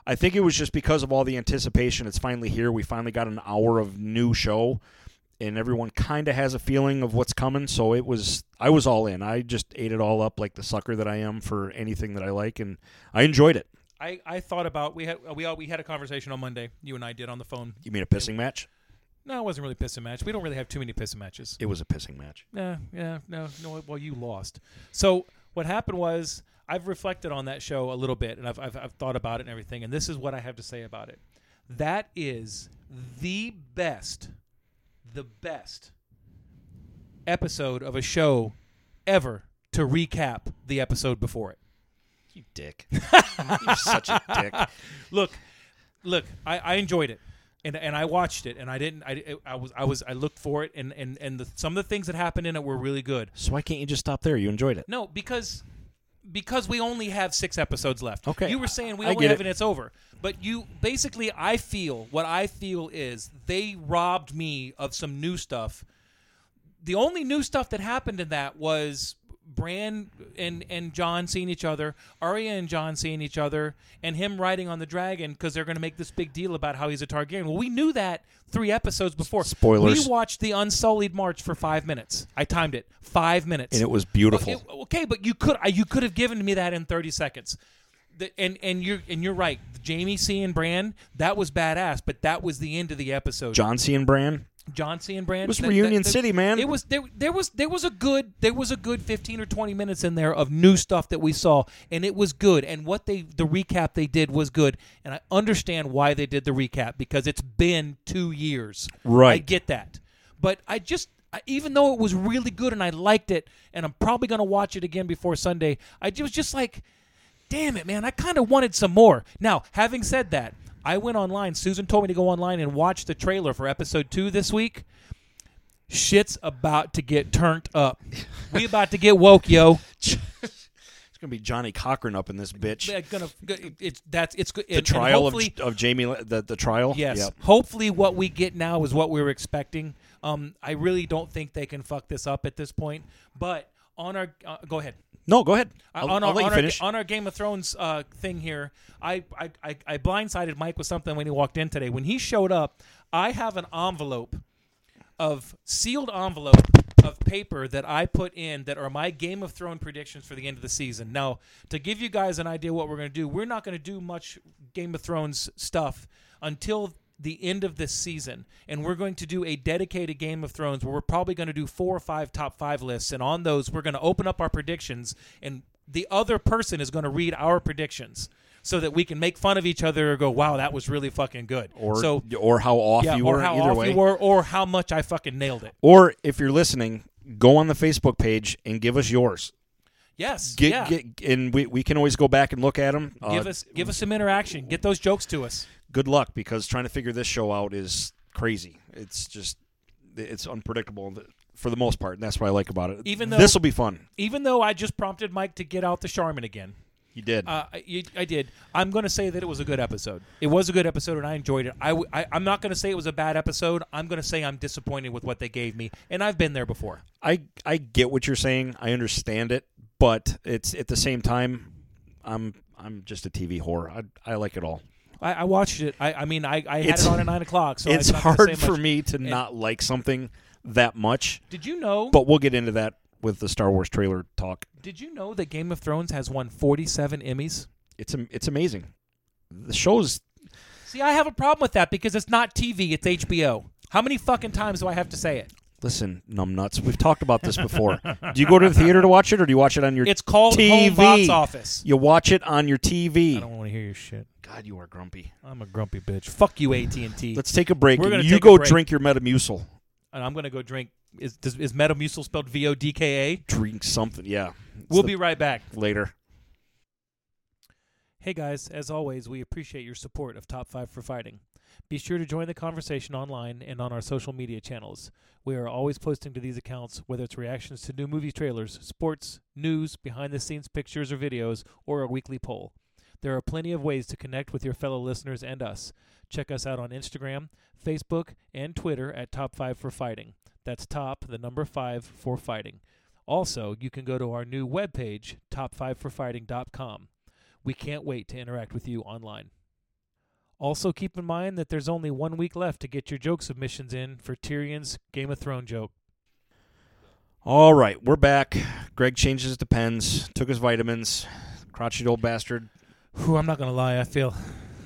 Speaker 1: I think it was just because of all the anticipation. It's finally here. We finally got an hour of new show, and everyone kind of has a feeling of what's coming. So it was, I was all in. I just ate it all up like the sucker that I am for anything that I like, and I enjoyed it.
Speaker 2: I, I thought about we had we all, we had a conversation on Monday. You and I did on the phone.
Speaker 1: You mean a pissing match?
Speaker 2: No, it wasn't really pissing match. We don't really have too many pissing matches.
Speaker 1: It was a pissing match.
Speaker 2: Yeah, Eh, yeah, no, no. Well, you lost. So what happened was I've reflected on that show a little bit, and I've I've, I've thought about it and everything, and this is what I have to say about it. That is the best, the best episode of a show ever to recap the episode before it.
Speaker 1: You dick. You're such a dick.
Speaker 2: look, look, I, I enjoyed it, and and I watched it, and I didn't. I, I was I was I looked for it, and and and the, some of the things that happened in it were really good.
Speaker 1: So why can't you just stop there? You enjoyed it.
Speaker 2: No, because because we only have six episodes left.
Speaker 1: Okay,
Speaker 2: you were saying we
Speaker 1: I- I
Speaker 2: only
Speaker 1: get
Speaker 2: have
Speaker 1: it.
Speaker 2: and it's over. But you basically, I feel what I feel is they robbed me of some new stuff. The only new stuff that happened in that was Bran and and John seeing each other, Arya and John seeing each other, and him riding on the dragon because they're going to make this big deal about how he's a Targaryen. Well, we knew that three episodes before.
Speaker 1: Spoilers.
Speaker 2: We watched the Unsullied March for five minutes. I timed it five minutes,
Speaker 1: And it was beautiful.
Speaker 2: But it- okay, but you could I- you could have given me that in thirty seconds. The, and and you're and you're right. Jamie C and Bran that was badass, but that was the end of the episode.
Speaker 1: John C. and Bran.
Speaker 2: John C and Bran
Speaker 1: It was
Speaker 2: that-
Speaker 1: Reunion
Speaker 2: that- that-
Speaker 1: City, man.
Speaker 2: It was there. There was there was a good there was a good fifteen or twenty minutes in there of new stuff that we saw, and it was good. And what they the recap they did was good, and I understand why they did the recap because it's been two years. I
Speaker 1: Right.
Speaker 2: get that, but I just. I- Even though it was really good and I liked it, and I'm probably gonna watch it again before Sunday, I ju- was just like, damn it, man, I kind of wanted some more. Now, having said that, I went online. Susan told me to go online and watch the trailer for episode two this week. Shit's about to get turned up. We about to get woke, yo.
Speaker 1: It's gonna be Johnny Cochran up in this bitch.
Speaker 2: They're gonna- it's that's it's good.
Speaker 1: the trial of, of Jamie. Le- The, the trial.
Speaker 2: Yes.
Speaker 1: Yep.
Speaker 2: Hopefully, what we get now is what we were expecting. Um, I really don't think they can fuck this up at this point. But on our, uh, go ahead.
Speaker 1: No, go ahead. I'll,
Speaker 2: Uh, on
Speaker 1: I'll
Speaker 2: our,
Speaker 1: let
Speaker 2: on
Speaker 1: you
Speaker 2: our-
Speaker 1: finish.
Speaker 2: on our Game of Thrones uh, thing here, I, I, I, I blindsided Mike with something when he walked in today. When he showed up, I have an envelope of sealed envelope of paper that I put in that are my Game of Thrones predictions for the end of the season. Now, to give you guys an idea what we're going to do, we're not going to do much Game of Thrones stuff until the end of this season and we're going to do a dedicated game of thrones where we're probably going to do four or five top 5 lists and on those we're going to open up our predictions and the other person is going to read our predictions so that we can make fun of each other or go wow that was really fucking good
Speaker 1: or
Speaker 2: so
Speaker 1: or how off
Speaker 2: yeah,
Speaker 1: you
Speaker 2: or
Speaker 1: were.
Speaker 2: how
Speaker 1: either
Speaker 2: off
Speaker 1: way.
Speaker 2: you were, or how much I fucking nailed it.
Speaker 1: Or if you're listening, go on the Facebook page and give us yours.
Speaker 2: Yes,
Speaker 1: Get,
Speaker 2: yeah.
Speaker 1: get and we, we can always go back and look at them.
Speaker 2: give us give us some interaction. Get those jokes to us.
Speaker 1: good luck because trying to figure this show out is crazy. It's just it's unpredictable th- for the most part, and that's what I like about it.
Speaker 2: Even though-
Speaker 1: this will be fun.
Speaker 2: Even though I just prompted Mike to get out the Charmin again,
Speaker 1: You did.
Speaker 2: uh, I, you- I did. I'm going to say that it was a good episode. It was a good episode, and I enjoyed it. I, w- I am not going to say it was a bad episode. I'm going to say I'm disappointed with what they gave me, and I've been there before.
Speaker 1: I I get what you're saying. I understand it, but it's at the same time, I'm I'm just a TV whore. I I like it all.
Speaker 2: I, I watched it. I, I mean, I, I had
Speaker 1: It's-
Speaker 2: it on at nine o'clock. So
Speaker 1: it's
Speaker 2: I'm not gonna say
Speaker 1: hard for
Speaker 2: much.
Speaker 1: me to not like something that much,
Speaker 2: Did you know?
Speaker 1: but we'll get into that with the Star Wars trailer talk.
Speaker 2: did you know that Game of Thrones has won 47 Emmys?
Speaker 1: It's am- it's amazing. The show's
Speaker 2: See, I have a problem with that because it's not TV, it's HBO. How many fucking times do I have to say it?
Speaker 1: Listen, numbnuts. We've talked about this before. do you go to the theater to watch it, or do you watch it on your?
Speaker 2: It's called
Speaker 1: TV.
Speaker 2: Home Box Office.
Speaker 1: You watch it on your TV.
Speaker 2: want to hear your shit.
Speaker 1: God, you are grumpy.
Speaker 2: I'm a grumpy bitch. Fuck you, AT and T.
Speaker 1: Let's take a break.
Speaker 2: We're
Speaker 1: and
Speaker 2: gonna
Speaker 1: you
Speaker 2: take a
Speaker 1: go
Speaker 2: break.
Speaker 1: drink your Metamucil.
Speaker 2: And I'm gonna go drink. Is does, is Metamucil spelled V O D K A?
Speaker 1: Drink something. Yeah. It's
Speaker 2: We'll
Speaker 1: the-
Speaker 2: be right back.
Speaker 1: later.
Speaker 2: Hey guys, as always, we appreciate your support of Top 5 for Fighting. Be sure to join the conversation online and on our social media channels. We are always posting to these accounts, whether it's reactions to new movie trailers, sports, news, behind the scenes pictures or videos, or a weekly poll. There are plenty of ways to connect with your fellow listeners and us. Check us out on Instagram, Facebook, and Twitter at Top 5 for Fighting. That's top, the number 5 for fighting. Also, you can go to our new webpage, top5forfighting.com. We can't wait to interact with you online. Also, keep in mind that there's only one week left to get your joke submissions in for Tyrion's Game of Thrones joke.
Speaker 1: All right, we're back. Greg changes his depends, took his vitamins. Crotchety old bastard.
Speaker 2: Whew, I'm not gonna lie, I feel,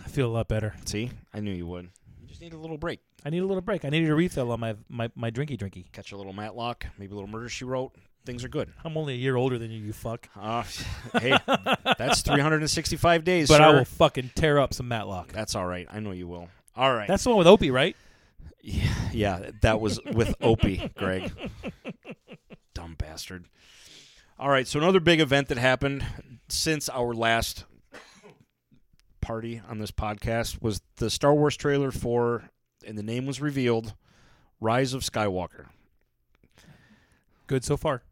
Speaker 2: I feel a lot better.
Speaker 1: See, I knew you would. You just need a little break.
Speaker 2: I need a little break. I needed a refill on my my my drinky drinky.
Speaker 1: Catch a little Matlock, maybe a little murder she wrote. Things are good.
Speaker 2: I'm only a year older than you, you fuck.
Speaker 1: Uh, hey, that's 365 days.
Speaker 2: But I
Speaker 1: sir.
Speaker 2: will fucking tear up some Matlock.
Speaker 1: That's all right. I know you will. All right.
Speaker 2: That's the one with Opie, right?
Speaker 1: yeah, that was with Opie, Greg. Dumb bastard. All right, so another big event that happened since our last party on this podcast was the Star Wars trailer for, and the name was revealed, Rise of Skywalker.
Speaker 2: Good so far.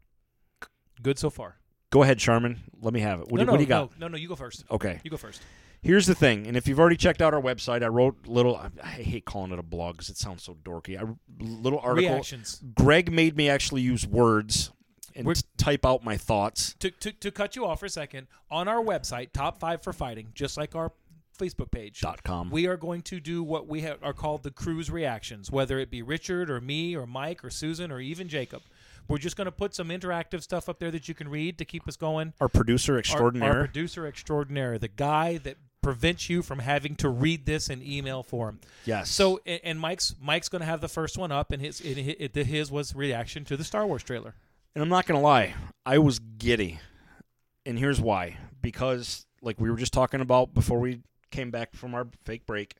Speaker 2: Good so far.
Speaker 1: Go ahead, Charmin. Let me have it. What,
Speaker 2: no,
Speaker 1: do,
Speaker 2: no,
Speaker 1: what do you got?
Speaker 2: No, no, no, you go first.
Speaker 1: Okay.
Speaker 2: You go first.
Speaker 1: Here's the thing, and if you've already checked out our website, I wrote little. I- I hate calling it a blog because it sounds so dorky. I little article.
Speaker 2: Reactions.
Speaker 1: Greg made me actually use words and
Speaker 2: We're-
Speaker 1: t- type out my thoughts.
Speaker 2: To, to, to cut you off for a second, on our website, Top 5 for Fighting, just like our Facebook page,
Speaker 1: Dot com.
Speaker 2: we are going to do what we have, are called the cruise reactions, whether it be Richard or me or Mike or Susan or even Jacob. We're just going to put some interactive stuff up there that you can read to keep us going.
Speaker 1: Our producer
Speaker 2: Our- Our,
Speaker 1: extraordinaire.
Speaker 2: producer extraordinaire, the guy that prevents you from having to read this in email form.
Speaker 1: Yes.
Speaker 2: So a- and Mike's Mike's going to have the first one up, and his and hi- it- his was reaction to the Star Wars trailer.
Speaker 1: and I'm not gonna lie, I was giddy, and here's why: because like we were just talking about before we came back from our fake break,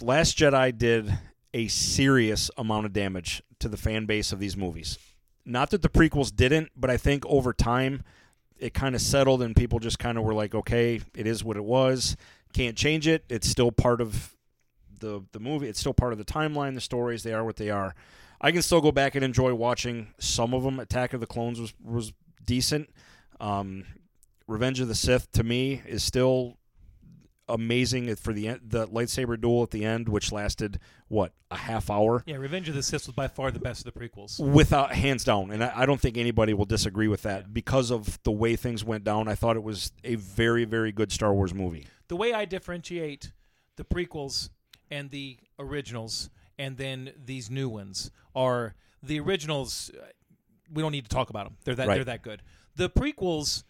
Speaker 1: Last Jedi did a serious amount of damage to the fan base of these movies. Not that the prequels didn't, but I think over time it kind of settled and people just kind of were like, okay, it is what it was. Can't change it. It's still part of the the movie. It's still part of the timeline, the stories. They are what they are. I can still go back and enjoy watching some of them. Attack of the Clones was was decent. Um, Revenge of the Sith to me is still amazing for the en- the lightsaber duel at the end, which lasted what a half hour
Speaker 2: Yeah, Revenge of the Sith was by far the best of the prequels.
Speaker 1: without hands down and I, I don't think anybody will disagree with that because of the way things went down i thought it was a very very good star wars movie
Speaker 2: The way I differentiate the prequels and the originals, and then these new ones are the originals. uh, We don't need to talk about them. They're that
Speaker 1: Right.
Speaker 2: they're that good. The prequels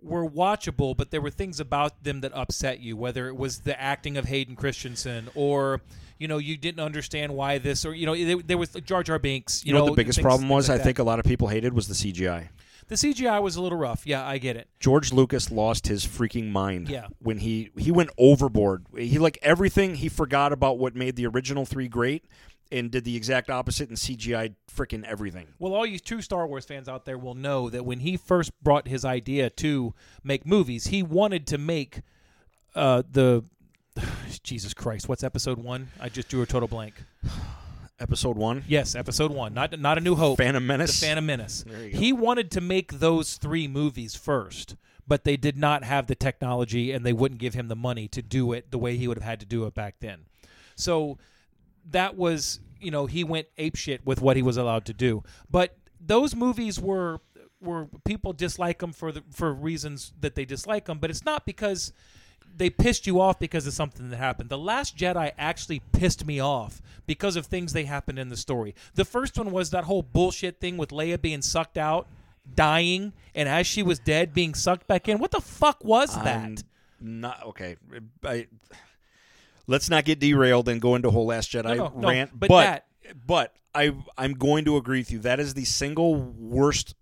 Speaker 2: were watchable, but there were things about them that upset you, whether it was the acting of Hayden Christensen or you know you didn't understand why this or you know there, there was Jar Jar Binks. You,
Speaker 1: you know, what the biggest
Speaker 2: things-
Speaker 1: problem
Speaker 2: things
Speaker 1: was
Speaker 2: like
Speaker 1: i
Speaker 2: that.
Speaker 1: think a lot of people hated was the cgi
Speaker 2: the CGI was a little rough. Yeah, I get it.
Speaker 1: George Lucas lost his freaking mind
Speaker 2: Yeah.
Speaker 1: when he he went overboard. He like everything he forgot about what made the original 3 great and did the exact opposite and CGI freaking everything.
Speaker 2: Well, all you true Star Wars fans out there will know that when he first brought his idea to make movies, he wanted to make uh, the Jesus Christ. What's episode one? I just drew a total blank.
Speaker 1: Episode 1,
Speaker 2: Yes, episode one. Not not a New Hope.
Speaker 1: Phantom Menace.
Speaker 2: The Phantom Menace.
Speaker 1: There you go.
Speaker 2: He wanted to make those three movies first, but they did not have the technology and they wouldn't give him the money to do it the way he would have had to do it back then. So that was, you know, he went apeshit with what he was allowed to do. But those movies were were people dislike them for the, for reasons that they dislike them, but it's not because they pissed you off because of something that happened. The Last Jedi actually pissed me off because of things they happened in the story. The first one was that whole bullshit thing with Leia being sucked out, dying, and as she was dead, being sucked back in. What the fuck was
Speaker 1: I'm
Speaker 2: that?
Speaker 1: Not okay. I, let's not get derailed and go into whole last Jedi
Speaker 2: No, no, no,
Speaker 1: rant,
Speaker 2: but
Speaker 1: but
Speaker 2: that-
Speaker 1: but I I'm going to agree with you. That is the single worst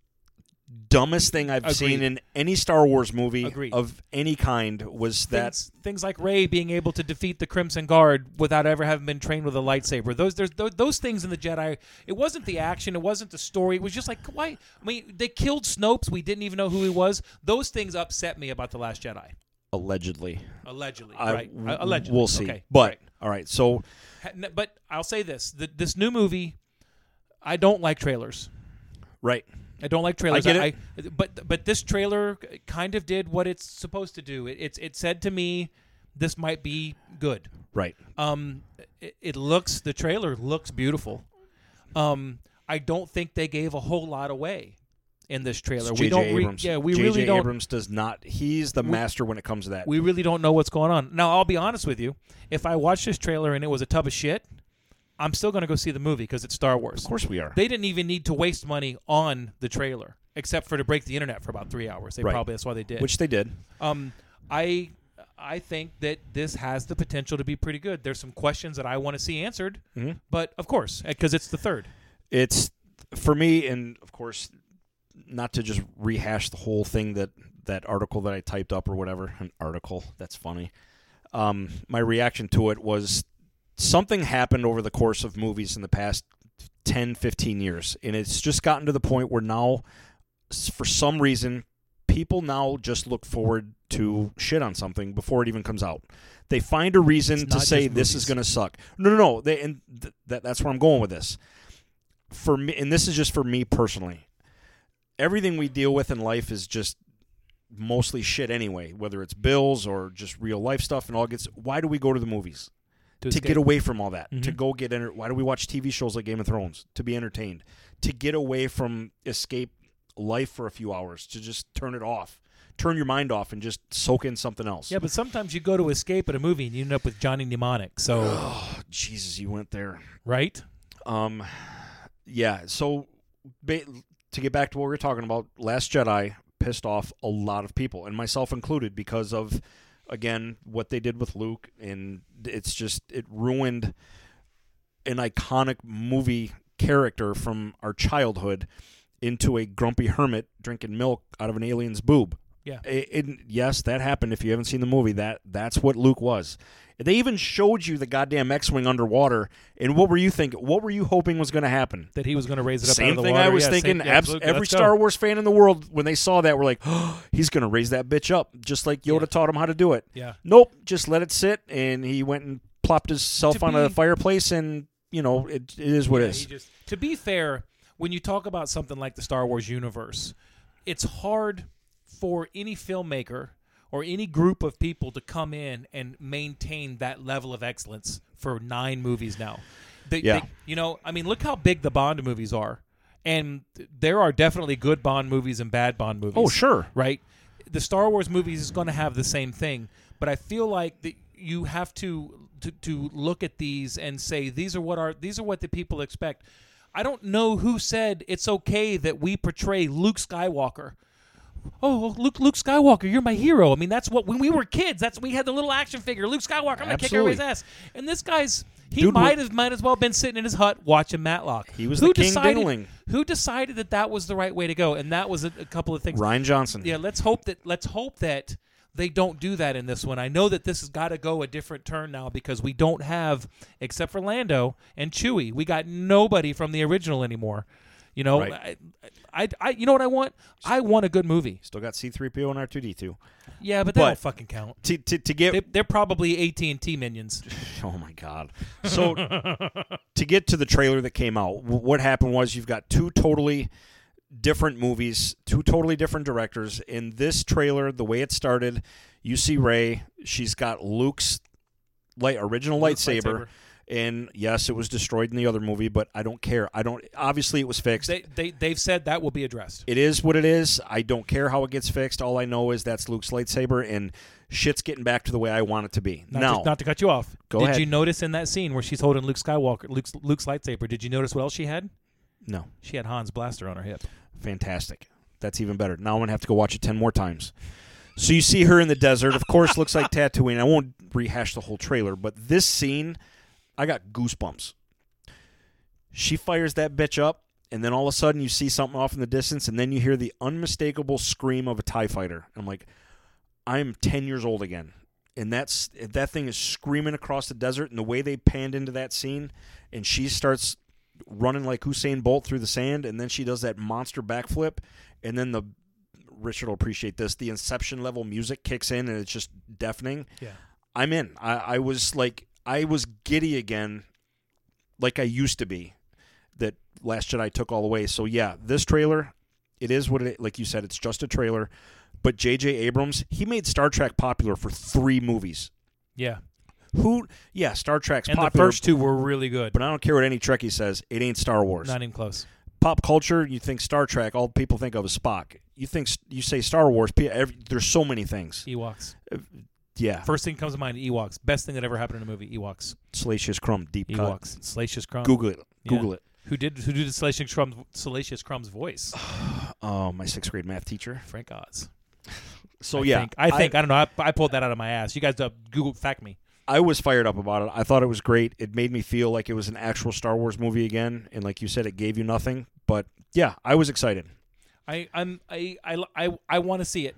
Speaker 1: dumbest thing I've seen
Speaker 2: Agreed.
Speaker 1: in any Star Wars movie
Speaker 2: Agreed.
Speaker 1: of any kind was that
Speaker 2: things, things like Ray being able to defeat the Crimson Guard without ever having been trained with a lightsaber. Those there's those, those things in the Jedi. It wasn't the action. It wasn't the story. It was just like why? I mean, they killed Snopes. We didn't even know who he was. Those things upset me about the Last Jedi.
Speaker 1: allegedly.
Speaker 2: Allegedly,
Speaker 1: I-
Speaker 2: right?
Speaker 1: w-
Speaker 2: Allegedly,
Speaker 1: We'll see.
Speaker 2: Okay.
Speaker 1: But
Speaker 2: right.
Speaker 1: all right, so
Speaker 2: Ha- n- but I'll say this: Th this new movie, I don't like trailers.
Speaker 1: right.
Speaker 2: I don't like trailers.
Speaker 1: I get
Speaker 2: but but this trailer kind of did what it's supposed to do. It it's it said to me, this might be good.
Speaker 1: Right.
Speaker 2: Um, it, it looks the trailer looks beautiful. Um, I don't think they gave a whole lot away. in this trailer.
Speaker 1: It's J.J.
Speaker 2: we don't. Re-
Speaker 1: Abrams.
Speaker 2: yeah, we
Speaker 1: J.J.
Speaker 2: really don't.
Speaker 1: Abrams does not. He's the master when it comes to that.
Speaker 2: We really don't know what's going on. Now, I'll be honest with you. If I watched this trailer and it was a tub of shit, I'm still going to go see the movie because it's Star Wars.
Speaker 1: of course we are.
Speaker 2: They didn't even need to waste money on the trailer, except for to break the internet for about three hours. They
Speaker 1: Right.
Speaker 2: probably that's why they did.
Speaker 1: which they did.
Speaker 2: Um, I I think that this has the potential to be pretty good. There's some questions that I want to see answered,
Speaker 1: Mm-hmm.
Speaker 2: but of course, because it's the third.
Speaker 1: It's for me, and of course, not to just rehash the whole thing that that article that I typed up or whatever. An article that's funny. Um, my reaction to it was something happened over the course of movies in the past 10, 15 years, and it's just gotten to the point where now, s- for some reason, people now just look forward to shit on something before it even comes out. They find a reason
Speaker 2: It's
Speaker 1: to
Speaker 2: not
Speaker 1: say
Speaker 2: just
Speaker 1: this is
Speaker 2: movies.
Speaker 1: going to suck. No, no, no. They, and th- that, that's where I'm going with this. For me, and this is just for me personally. Everything we deal with in life is just mostly shit anyway, whether it's bills or just real life stuff and all gets why do we go to the movies? To,
Speaker 2: escape.
Speaker 1: get away from all that. To go get enter- why do we watch TV shows like Game of Thrones? To be entertained. To get away from escape life for a few hours, to just turn it off. Turn your mind off and just soak in something else.
Speaker 2: Yeah, but sometimes you go to escape at a movie and you end up with Johnny Mnemonic. So
Speaker 1: Oh, Jesus, you went there.
Speaker 2: right,
Speaker 1: Um, yeah. So ba- to get back to what we were talking about, Last Jedi pissed off a lot of people, and myself included, because of again what they did with Luke, and it's just it ruined an iconic movie character from our childhood into a grumpy hermit drinking milk out of an alien's boob.
Speaker 2: Yeah.
Speaker 1: It, it- yes, that happened. If you haven't seen the movie, that that's what Luke was. They even showed you the goddamn X-wing underwater, and what were you thinking? What were you hoping was going to happen?
Speaker 2: that he was going to raise it up. out
Speaker 1: Same
Speaker 2: of the
Speaker 1: thing
Speaker 2: water.
Speaker 1: I was
Speaker 2: Yeah, same-
Speaker 1: thinking.
Speaker 2: yeah,
Speaker 1: Abs-
Speaker 2: absolutely.
Speaker 1: every
Speaker 2: Let's go.
Speaker 1: Star Wars fan in the world, when they saw that, were like, oh, he's going to raise that bitch up, just like Yoda taught him how to do it.
Speaker 2: Yeah.
Speaker 1: Nope, just let it sit, and he went and plopped himself
Speaker 2: To
Speaker 1: on a
Speaker 2: be-
Speaker 1: fireplace, and, you know, it, it is what
Speaker 2: Yeah,
Speaker 1: it is.
Speaker 2: he just- to be fair, when you talk about something like the Star Wars universe, it's hard for any filmmaker or any group of people to come in and maintain that level of excellence for nine movies now. They,
Speaker 1: Yeah.
Speaker 2: they- you know, I mean, look how big the Bond movies are. And th- there are definitely good Bond movies and bad Bond movies.
Speaker 1: Oh, sure.
Speaker 2: Right? The Star Wars movies is going to have the same thing, but I feel like that you have to, to to look at these and say these are what are these are what the people expect. I don't know who said it's okay that we portray Luke Skywalker. Oh, well, Luke Luke Skywalker, you're my hero. I mean, that's what when we were kids, that's we had the little action figure, Luke Skywalker. I'm gonna kick
Speaker 1: Absolutely.
Speaker 2: everybody's ass. And this guy's he
Speaker 1: Dude,
Speaker 2: might
Speaker 1: we-
Speaker 2: have might as well been sitting in his hut watching Matlock.
Speaker 1: He was
Speaker 2: who
Speaker 1: the king
Speaker 2: decided,
Speaker 1: dingling.
Speaker 2: Who decided that that was the right way to go? And that was a, a couple of things.
Speaker 1: Ryan Johnson.
Speaker 2: Yeah, let's hope that let's hope that they don't do that in this one. I know that this has got to go a different turn now because we don't have, except for Lando and Chewie, we got nobody from the original anymore. You know,
Speaker 1: Right.
Speaker 2: I, I, I, you know what I want? I want a good movie.
Speaker 1: Still got C3PO and R2D2.
Speaker 2: Yeah, but that
Speaker 1: But-
Speaker 2: don't fucking count.
Speaker 1: To, to, to get
Speaker 2: They, they're probably AT and T minions.
Speaker 1: Oh my god! So to get to the trailer that came out, wh- what happened was you've got two totally different movies, two totally different directors. In this trailer, the way it started, you see Ray. She's got Luke's light original
Speaker 2: Luke's
Speaker 1: lightsaber.
Speaker 2: lightsaber.
Speaker 1: And yes, it was destroyed in the other movie, but I don't care. I don't. Obviously, it was fixed.
Speaker 2: They, they, they've said that will be addressed.
Speaker 1: It is what it is. I don't care how it gets fixed. All I know is that's Luke's lightsaber, and shit's getting back to the way I want it to be.
Speaker 2: Not,
Speaker 1: now,
Speaker 2: to, not to cut you off.
Speaker 1: Go
Speaker 2: did
Speaker 1: ahead.
Speaker 2: you notice in that scene where she's holding Luke Skywalker, Luke's, Luke's lightsaber? Did you notice what else she had?
Speaker 1: no.
Speaker 2: She had Han's blaster on her hip.
Speaker 1: Fantastic. That's even better. Now I'm gonna have to go watch it ten more times. So you see her in the desert. Of course, looks like Tatooine. I won't rehash the whole trailer, but this scene, I got goosebumps. She fires that bitch up, and then all of a sudden you see something off in the distance, and then you hear the unmistakable scream of a Tie fighter. I'm like, I'm ten years old again, and that's that thing is screaming across the desert. And the way they panned into that scene, and she starts running like Hussein Bolt through the sand, and then she does that monster backflip, and then the Richard will appreciate this. The Inception level music kicks in, and it's just deafening.
Speaker 2: Yeah.
Speaker 1: I'm in. I, I was like, I was giddy again, like I used to be. That Last Jedi took all away. So yeah, this trailer, it is what it like. You said it's just a trailer, but J.J. Abrams he made Star Trek popular for three movies.
Speaker 2: Yeah.
Speaker 1: Who? Yeah, Star Trek's
Speaker 2: and
Speaker 1: popular,
Speaker 2: the first two were really good.
Speaker 1: but I don't care what any Trekkie says. It ain't Star Wars.
Speaker 2: Not even close.
Speaker 1: pop culture, you think Star Trek, all people think of is Spock. You think you say Star Wars, pe- every, there's so many things.
Speaker 2: Ewoks.
Speaker 1: Yeah,
Speaker 2: First thing comes to mind, Ewoks. Best thing that ever happened in a movie, Ewoks.
Speaker 1: Salacious Crumb, deep cut.
Speaker 2: Ewoks. Salacious Crumb.
Speaker 1: Google it.
Speaker 2: Yeah.
Speaker 1: Google it.
Speaker 2: Who did who did Salacious Crumb's Salacious Crumb's voice?
Speaker 1: Oh, my sixth grade math teacher.
Speaker 2: Frank Oz.
Speaker 1: So
Speaker 2: I
Speaker 1: Oh, yeah,
Speaker 2: think, I think I, don't know. I, I pulled that out of my ass. You guys, uh, Google fact me.
Speaker 1: I was fired up about it. I thought it was great. It made me feel like it was an actual Star Wars movie again, and like you said, it gave you nothing. But yeah, I was excited.
Speaker 2: I I'm I I I, I want to see it.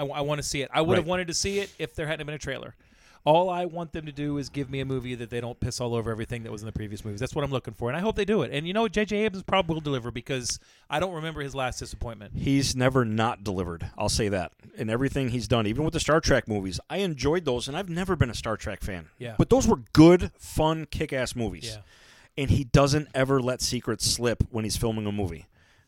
Speaker 2: I, want to see it. I would have
Speaker 1: Right.
Speaker 2: wanted to see it if there hadn't been a trailer. All I want them to do is give me a movie that they don't piss all over everything that was in the previous movies. That's what I'm looking for, and I hope they do it. And you know, what? J.J. Abrams probably will deliver because I don't remember his last disappointment.
Speaker 1: He's never not delivered. I'll say that. In everything he's done, even with the Star Trek movies, I enjoyed those, and I've never been a Star Trek fan.
Speaker 2: Yeah.
Speaker 1: But those were good, fun, kick-ass movies.
Speaker 2: Yeah.
Speaker 1: And he doesn't ever let secrets slip when he's filming a movie,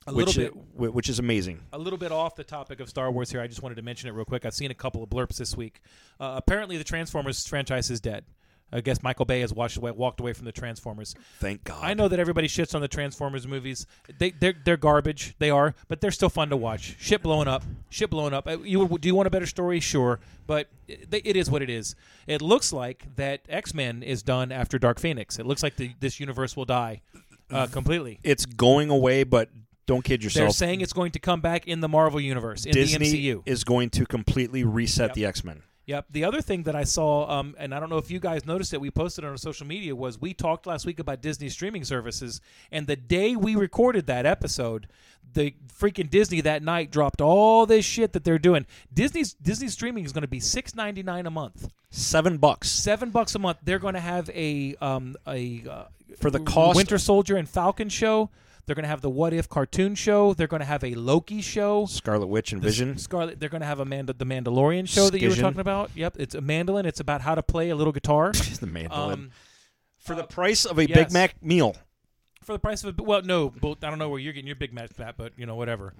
Speaker 2: A
Speaker 1: which
Speaker 2: little bit.
Speaker 1: i- wh- which is amazing.
Speaker 2: a little bit off the topic of Star Wars here. I just wanted to mention it real quick. I've seen a couple of blurps this week. Uh, apparently, the Transformers franchise is dead. I guess Michael Bay has watched away, walked away from the Transformers.
Speaker 1: Thank God.
Speaker 2: I know that everybody shits on the Transformers movies. They they're, they're garbage. They are, but they're still fun to watch. Shit blowing up. Shit blowing up. Uh, You do you want a better story? Sure, but it, it is what it is. It looks like that X Men is done after Dark Phoenix. It looks like the, this universe will die uh, completely.
Speaker 1: it's going away, but don't kid
Speaker 2: They're
Speaker 1: yourself.
Speaker 2: saying it's going to come back in the Marvel universe in
Speaker 1: Disney
Speaker 2: the MCU.
Speaker 1: is going to completely reset the X Men.
Speaker 2: Yep. The other thing that I saw, um, and I don't know if you guys noticed it, we posted on our social media was we talked last week about Disney streaming services, and the day we recorded that episode, the freaking Disney that night dropped all this shit that they're doing. Disney's Disney streaming is going to be six ninety nine a month,
Speaker 1: Seven bucks
Speaker 2: seven bucks a month. They're going to have a um, a uh,
Speaker 1: for the cost.
Speaker 2: Winter Soldier and Falcon show. They're going to have the What If cartoon show. They're going to have a Loki show.
Speaker 1: Scarlet Witch and Vision.
Speaker 2: Scarlet. They're going to have a Manda- the Mandalorian show that you were
Speaker 1: Skizsion.
Speaker 2: talking about. Yep, it's a mandolin. It's about how to play a little guitar.
Speaker 1: the mandolin.
Speaker 2: um,
Speaker 1: for the price of a
Speaker 2: yes.
Speaker 1: Big Mac meal.
Speaker 2: for the price of a well, no, but I don't know where you're getting your big match at, but you know whatever.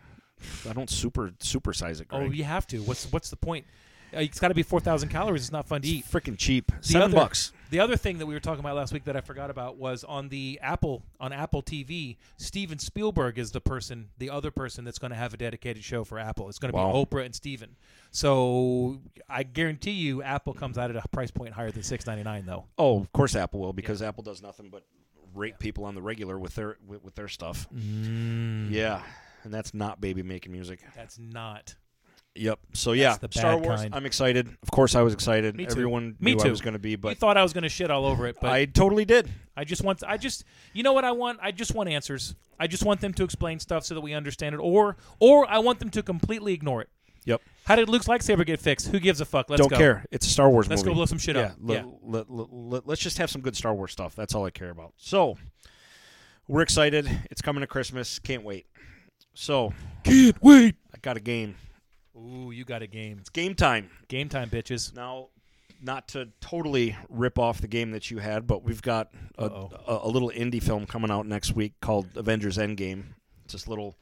Speaker 1: I don't super supersize it.
Speaker 2: Oh,
Speaker 1: Greg.
Speaker 2: you have to. What's what's the point? Uh, it's got to be four thousand calories. It's not fun to eat.
Speaker 1: It's freaking cheap.
Speaker 2: The
Speaker 1: Seven
Speaker 2: other-
Speaker 1: bucks.
Speaker 2: The other thing that we were talking about last week that I forgot about was on the Apple on Apple TV. Steven Spielberg is the person, the other person that's going to have a dedicated show for Apple. It's going to
Speaker 1: Wow.
Speaker 2: be Oprah and Steven. So I guarantee you, Apple comes out at a price point higher than six ninety nine though.
Speaker 1: Oh, of course Apple will because Apple does nothing but rate people on the regular with their with, with their stuff.
Speaker 2: Mm.
Speaker 1: Yeah, and that's not baby making music.
Speaker 2: That's not.
Speaker 1: Yep. So yeah,
Speaker 2: the
Speaker 1: Star
Speaker 2: bad
Speaker 1: Wars.
Speaker 2: kind.
Speaker 1: I'm excited. Of course, I was excited.
Speaker 2: Me too.
Speaker 1: Everyone
Speaker 2: Me
Speaker 1: knew
Speaker 2: too.
Speaker 1: I was going to be,
Speaker 2: you
Speaker 1: but
Speaker 2: thought I was going to shit all over it, but
Speaker 1: I
Speaker 2: I,
Speaker 1: totally did.
Speaker 2: just want I just you know what I want? I just want answers. I just want them to explain stuff so that we understand it, or or I want them to completely ignore it.
Speaker 1: Yep.
Speaker 2: How did Luke's lightsaber get fixed? Who gives a fuck? Let's
Speaker 1: don't
Speaker 2: go.
Speaker 1: care. It's a Star Wars
Speaker 2: Let's
Speaker 1: movie.
Speaker 2: go blow some shit
Speaker 1: yeah,
Speaker 2: up.
Speaker 1: le-
Speaker 2: Yeah.
Speaker 1: le- le- le- let's just have some good Star Wars stuff. That's all I care about. So, we're excited. It's coming to Christmas. Can't wait. So,
Speaker 2: Can't wait.
Speaker 1: I got a game.
Speaker 2: Ooh, you got a game.
Speaker 1: Game time.
Speaker 2: Game time, bitches.
Speaker 1: Now, not to totally rip off the game that you had, but we've got a,
Speaker 2: Uh-oh.
Speaker 1: a, a little indie film coming out next week called Avengers Endgame. It's this little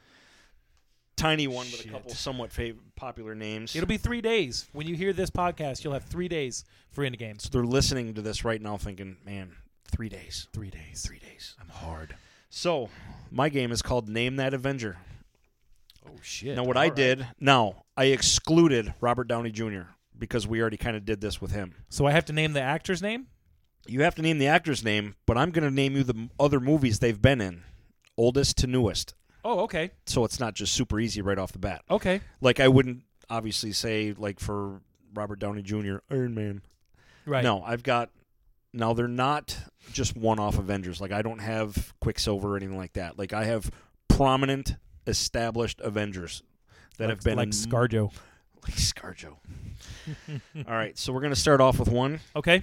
Speaker 1: tiny one with a
Speaker 2: Shit.
Speaker 1: couple somewhat fav- popular names.
Speaker 2: It'll be three days. When you hear this podcast, you'll have three days for indie games.
Speaker 1: so they're listening to this right now thinking, man, three days.
Speaker 2: Three days. Three days. I'm hard.
Speaker 1: So, my game is called Name That Avenger.
Speaker 2: Oh shit.
Speaker 1: Now, what
Speaker 2: All
Speaker 1: I
Speaker 2: right.
Speaker 1: did, now, I excluded Robert Downey Jr. because we already kind of did this with him.
Speaker 2: So I have to name the actor's name.
Speaker 1: You have to name the actor's name, but I'm going to name you the m- other movies they've been in, oldest to newest.
Speaker 2: Oh, okay.
Speaker 1: So it's not just super easy right off the bat. Oh.
Speaker 2: Okay.
Speaker 1: Like, I wouldn't obviously say, like, for Robert Downey Jr., Iron Man.
Speaker 2: Right.
Speaker 1: No, I've got. Now, they're not just one off Avengers. Like, I don't have Quicksilver or anything like that. Like, I have prominent, established Avengers that
Speaker 2: Like-
Speaker 1: have been
Speaker 2: like
Speaker 1: in
Speaker 2: Scarjo.
Speaker 1: like ScarJo. All right, so we're going to start off with one,
Speaker 2: Okay.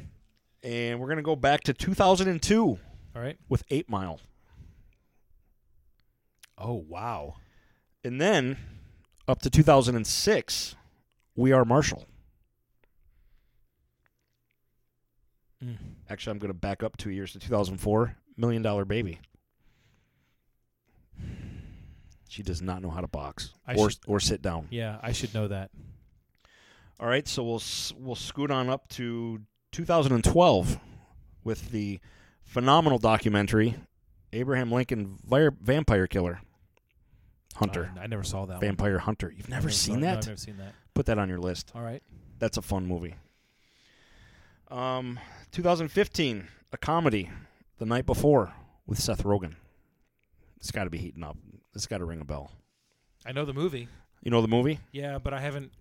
Speaker 1: and we're going to go back to 2002
Speaker 2: All right.
Speaker 1: with Eight Mile,
Speaker 2: Oh wow.
Speaker 1: and then up to 2006, We Are Marshall.
Speaker 2: Mm.
Speaker 1: Actually, I'm going to back up two years to 2004, Million Dollar Baby. She does not know how to box
Speaker 2: I
Speaker 1: or
Speaker 2: should-
Speaker 1: or sit down.
Speaker 2: Yeah, I should know that.
Speaker 1: All right, so we'll s- we'll scoot on up to 2012 with the phenomenal documentary Abraham Lincoln vi- Vampire Killer. Hunter.
Speaker 2: I, I never saw that. one.
Speaker 1: Vampire Hunter. You've never,
Speaker 2: Never saw
Speaker 1: seen
Speaker 2: it. No,
Speaker 1: that?
Speaker 2: I've never seen that.
Speaker 1: Put that on your list.
Speaker 2: All right.
Speaker 1: That's a fun movie. Um, 2015, a comedy, The Night Before with Seth Rogen. It's got to be heating up. It's got to ring a bell.
Speaker 2: I know the movie.
Speaker 1: You know the movie?
Speaker 2: Yeah, but I haven't.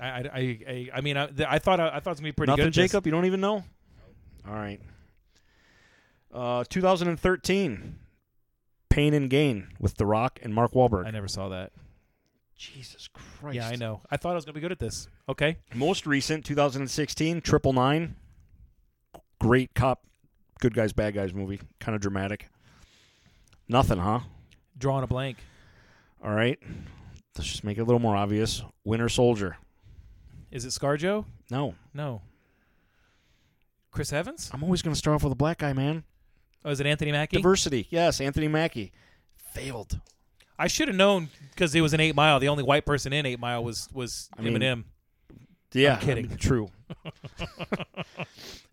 Speaker 2: I I I, I, I mean I, th- I thought I, I thought it's gonna be pretty
Speaker 1: Nothing,
Speaker 2: good. at this.
Speaker 1: Jacob. You don't even know. All right. Uh, 2013, Pain and Gain with The Rock and Mark Wahlberg.
Speaker 2: I never saw that.
Speaker 1: Jesus Christ.
Speaker 2: Yeah, I know. I thought I was gonna be good at this. Okay.
Speaker 1: Most recent, 2016, Triple Nine. Great cop, good guys, bad guys movie. Kind of dramatic. Nothing, huh?
Speaker 2: Drawing a blank.
Speaker 1: All right. Let's just make it a little more obvious. Winter Soldier.
Speaker 2: Is it ScarJo?
Speaker 1: No.
Speaker 2: No. Chris Evans?
Speaker 1: I'm always going to start off with a black guy, man.
Speaker 2: Oh, is it Anthony Mackie?
Speaker 1: Diversity. Yes, Anthony Mackie. Failed.
Speaker 2: I should have known because it was an Eight Mile. The only white person in Eight Mile was was
Speaker 1: I mean-
Speaker 2: Eminem.
Speaker 1: Yeah.
Speaker 2: kidding.
Speaker 1: mean, true.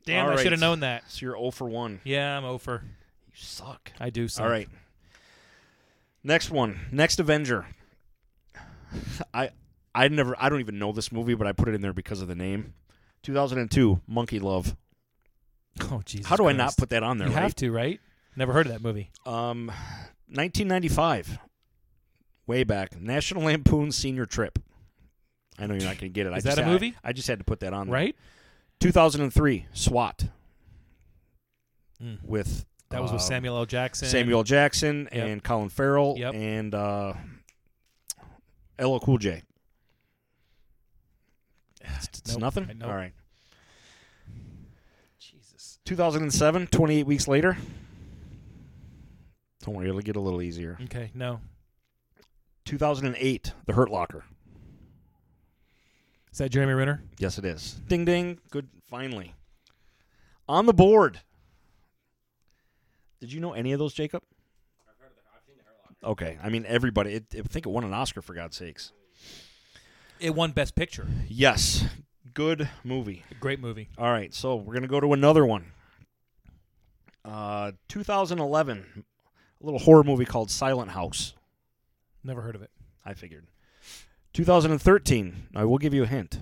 Speaker 2: Damn,
Speaker 1: All
Speaker 2: I should
Speaker 1: right.
Speaker 2: have known that.
Speaker 1: So you're 0 for 1.
Speaker 2: Yeah, I'm over.
Speaker 1: You suck.
Speaker 2: I do. Suck.
Speaker 1: All right. Next one. Next Avenger. I I never I don't even know this movie, but I put it in there because of the name. 2002, Monkey Love.
Speaker 2: Oh Jesus.
Speaker 1: How do I not
Speaker 2: Christ.
Speaker 1: put that on there?
Speaker 2: You
Speaker 1: right?
Speaker 2: have to, right? Never heard of that movie.
Speaker 1: Um, 1995, way back, National Lampoon Senior Trip. I know you're not going to get it. I
Speaker 2: Is
Speaker 1: just
Speaker 2: that a
Speaker 1: had-
Speaker 2: movie?
Speaker 1: I just had to put that on. there.
Speaker 2: Right?
Speaker 1: 2003, SWAT
Speaker 2: Mm.
Speaker 1: with
Speaker 2: That was with
Speaker 1: uh,
Speaker 2: Samuel L. Jackson.
Speaker 1: Samuel Jackson
Speaker 2: Yep.
Speaker 1: and Colin Farrell
Speaker 2: Yep.
Speaker 1: and uh, LL Cool J. It's, it's
Speaker 2: Nope.
Speaker 1: nothing.
Speaker 2: I- nope.
Speaker 1: All right.
Speaker 2: Jesus.
Speaker 1: 2007, 28 weeks later. Don't worry, it'll get a little easier.
Speaker 2: Okay. No.
Speaker 1: 2008, The Hurt Locker.
Speaker 2: Is that Jeremy Renner?
Speaker 1: Yes, it is. Ding ding. Good. Finally, on the board. Did you know any of those, Jacob? Okay, I mean everybody. It, it- I think it won an Oscar for God's sakes.
Speaker 2: It won Best Picture.
Speaker 1: Yes, good movie.
Speaker 2: Great movie.
Speaker 1: All right, so we're gonna go to another one. Uh, 2011, a little horror movie called Silent House.
Speaker 2: Never heard of it.
Speaker 1: I figured. 2013. I will give you a hint.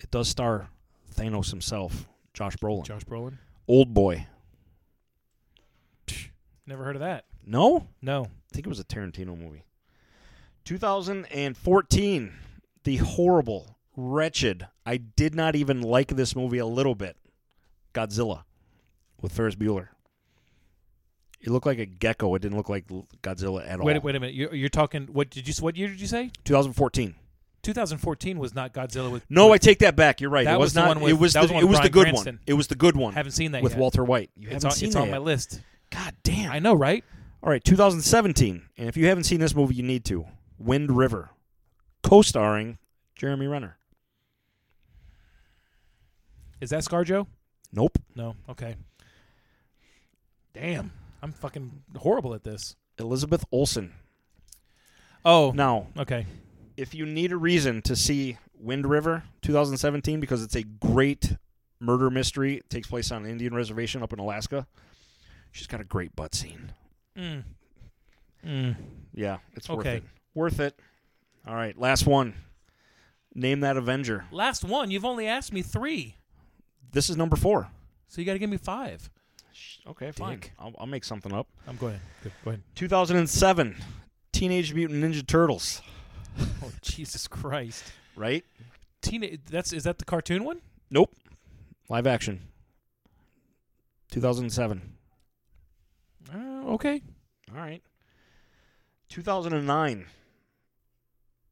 Speaker 1: It does star Thanos himself, Josh Brolin.
Speaker 2: Josh Brolin.
Speaker 1: Old Boy.
Speaker 2: Never heard of that.
Speaker 1: No? I
Speaker 2: No.
Speaker 1: think it was a Tarantino movie. 2014. The horrible, wretched, I did not even like this movie a little bit. Godzilla with Ferris Bueller. It looked like a gecko. It didn't look like l- Godzilla at all.
Speaker 2: Wait. Wait a minute. You're, you're talking. What did you? What year did you say?
Speaker 1: 2014.
Speaker 2: 2014 was not Godzilla with.
Speaker 1: No, I take that back. You're right.
Speaker 2: That
Speaker 1: it was,
Speaker 2: was the
Speaker 1: not.
Speaker 2: one with-
Speaker 1: it was
Speaker 2: that
Speaker 1: the,
Speaker 2: was the one
Speaker 1: it
Speaker 2: with
Speaker 1: was the
Speaker 2: Bryan
Speaker 1: good
Speaker 2: Cranston.
Speaker 1: one. It was the good one.
Speaker 2: Haven't seen that
Speaker 1: with
Speaker 2: yet.
Speaker 1: Walter White. You
Speaker 2: It's
Speaker 1: haven't
Speaker 2: on,
Speaker 1: seen
Speaker 2: it's
Speaker 1: that
Speaker 2: on
Speaker 1: yet.
Speaker 2: my list.
Speaker 1: God damn.
Speaker 2: I know, right?
Speaker 1: All right, 2017. And if you haven't seen this movie, you need to. Wind River, co-starring Jeremy Renner.
Speaker 2: Is that ScarJo?
Speaker 1: Nope.
Speaker 2: No. Okay. Damn. I'm fucking horrible at this.
Speaker 1: Elizabeth Olsen.
Speaker 2: Oh.
Speaker 1: Now,
Speaker 2: Okay.
Speaker 1: if you need a reason to see Wind River 2017 because it's a great murder mystery, it takes place on an Indian reservation up in Alaska. She's got a great butt scene.
Speaker 2: Mm. Mm.
Speaker 1: Yeah, it's worth
Speaker 2: Okay.
Speaker 1: it. Worth it. All right, last one. Name that Avenger.
Speaker 2: Last one. You've only asked me three,
Speaker 1: This is number 4.
Speaker 2: so you got to give me five.
Speaker 1: Okay, fine.
Speaker 2: Dick.
Speaker 1: I'll, I'll make something up.
Speaker 2: I'm going. Good. Go ahead.
Speaker 1: 2007, Teenage Mutant Ninja Turtles,
Speaker 2: Oh Jesus Christ.
Speaker 1: right?
Speaker 2: Tina. That's is that the cartoon one?
Speaker 1: Nope. Live action. 2007.
Speaker 2: Uh, okay.
Speaker 1: All right. 2009,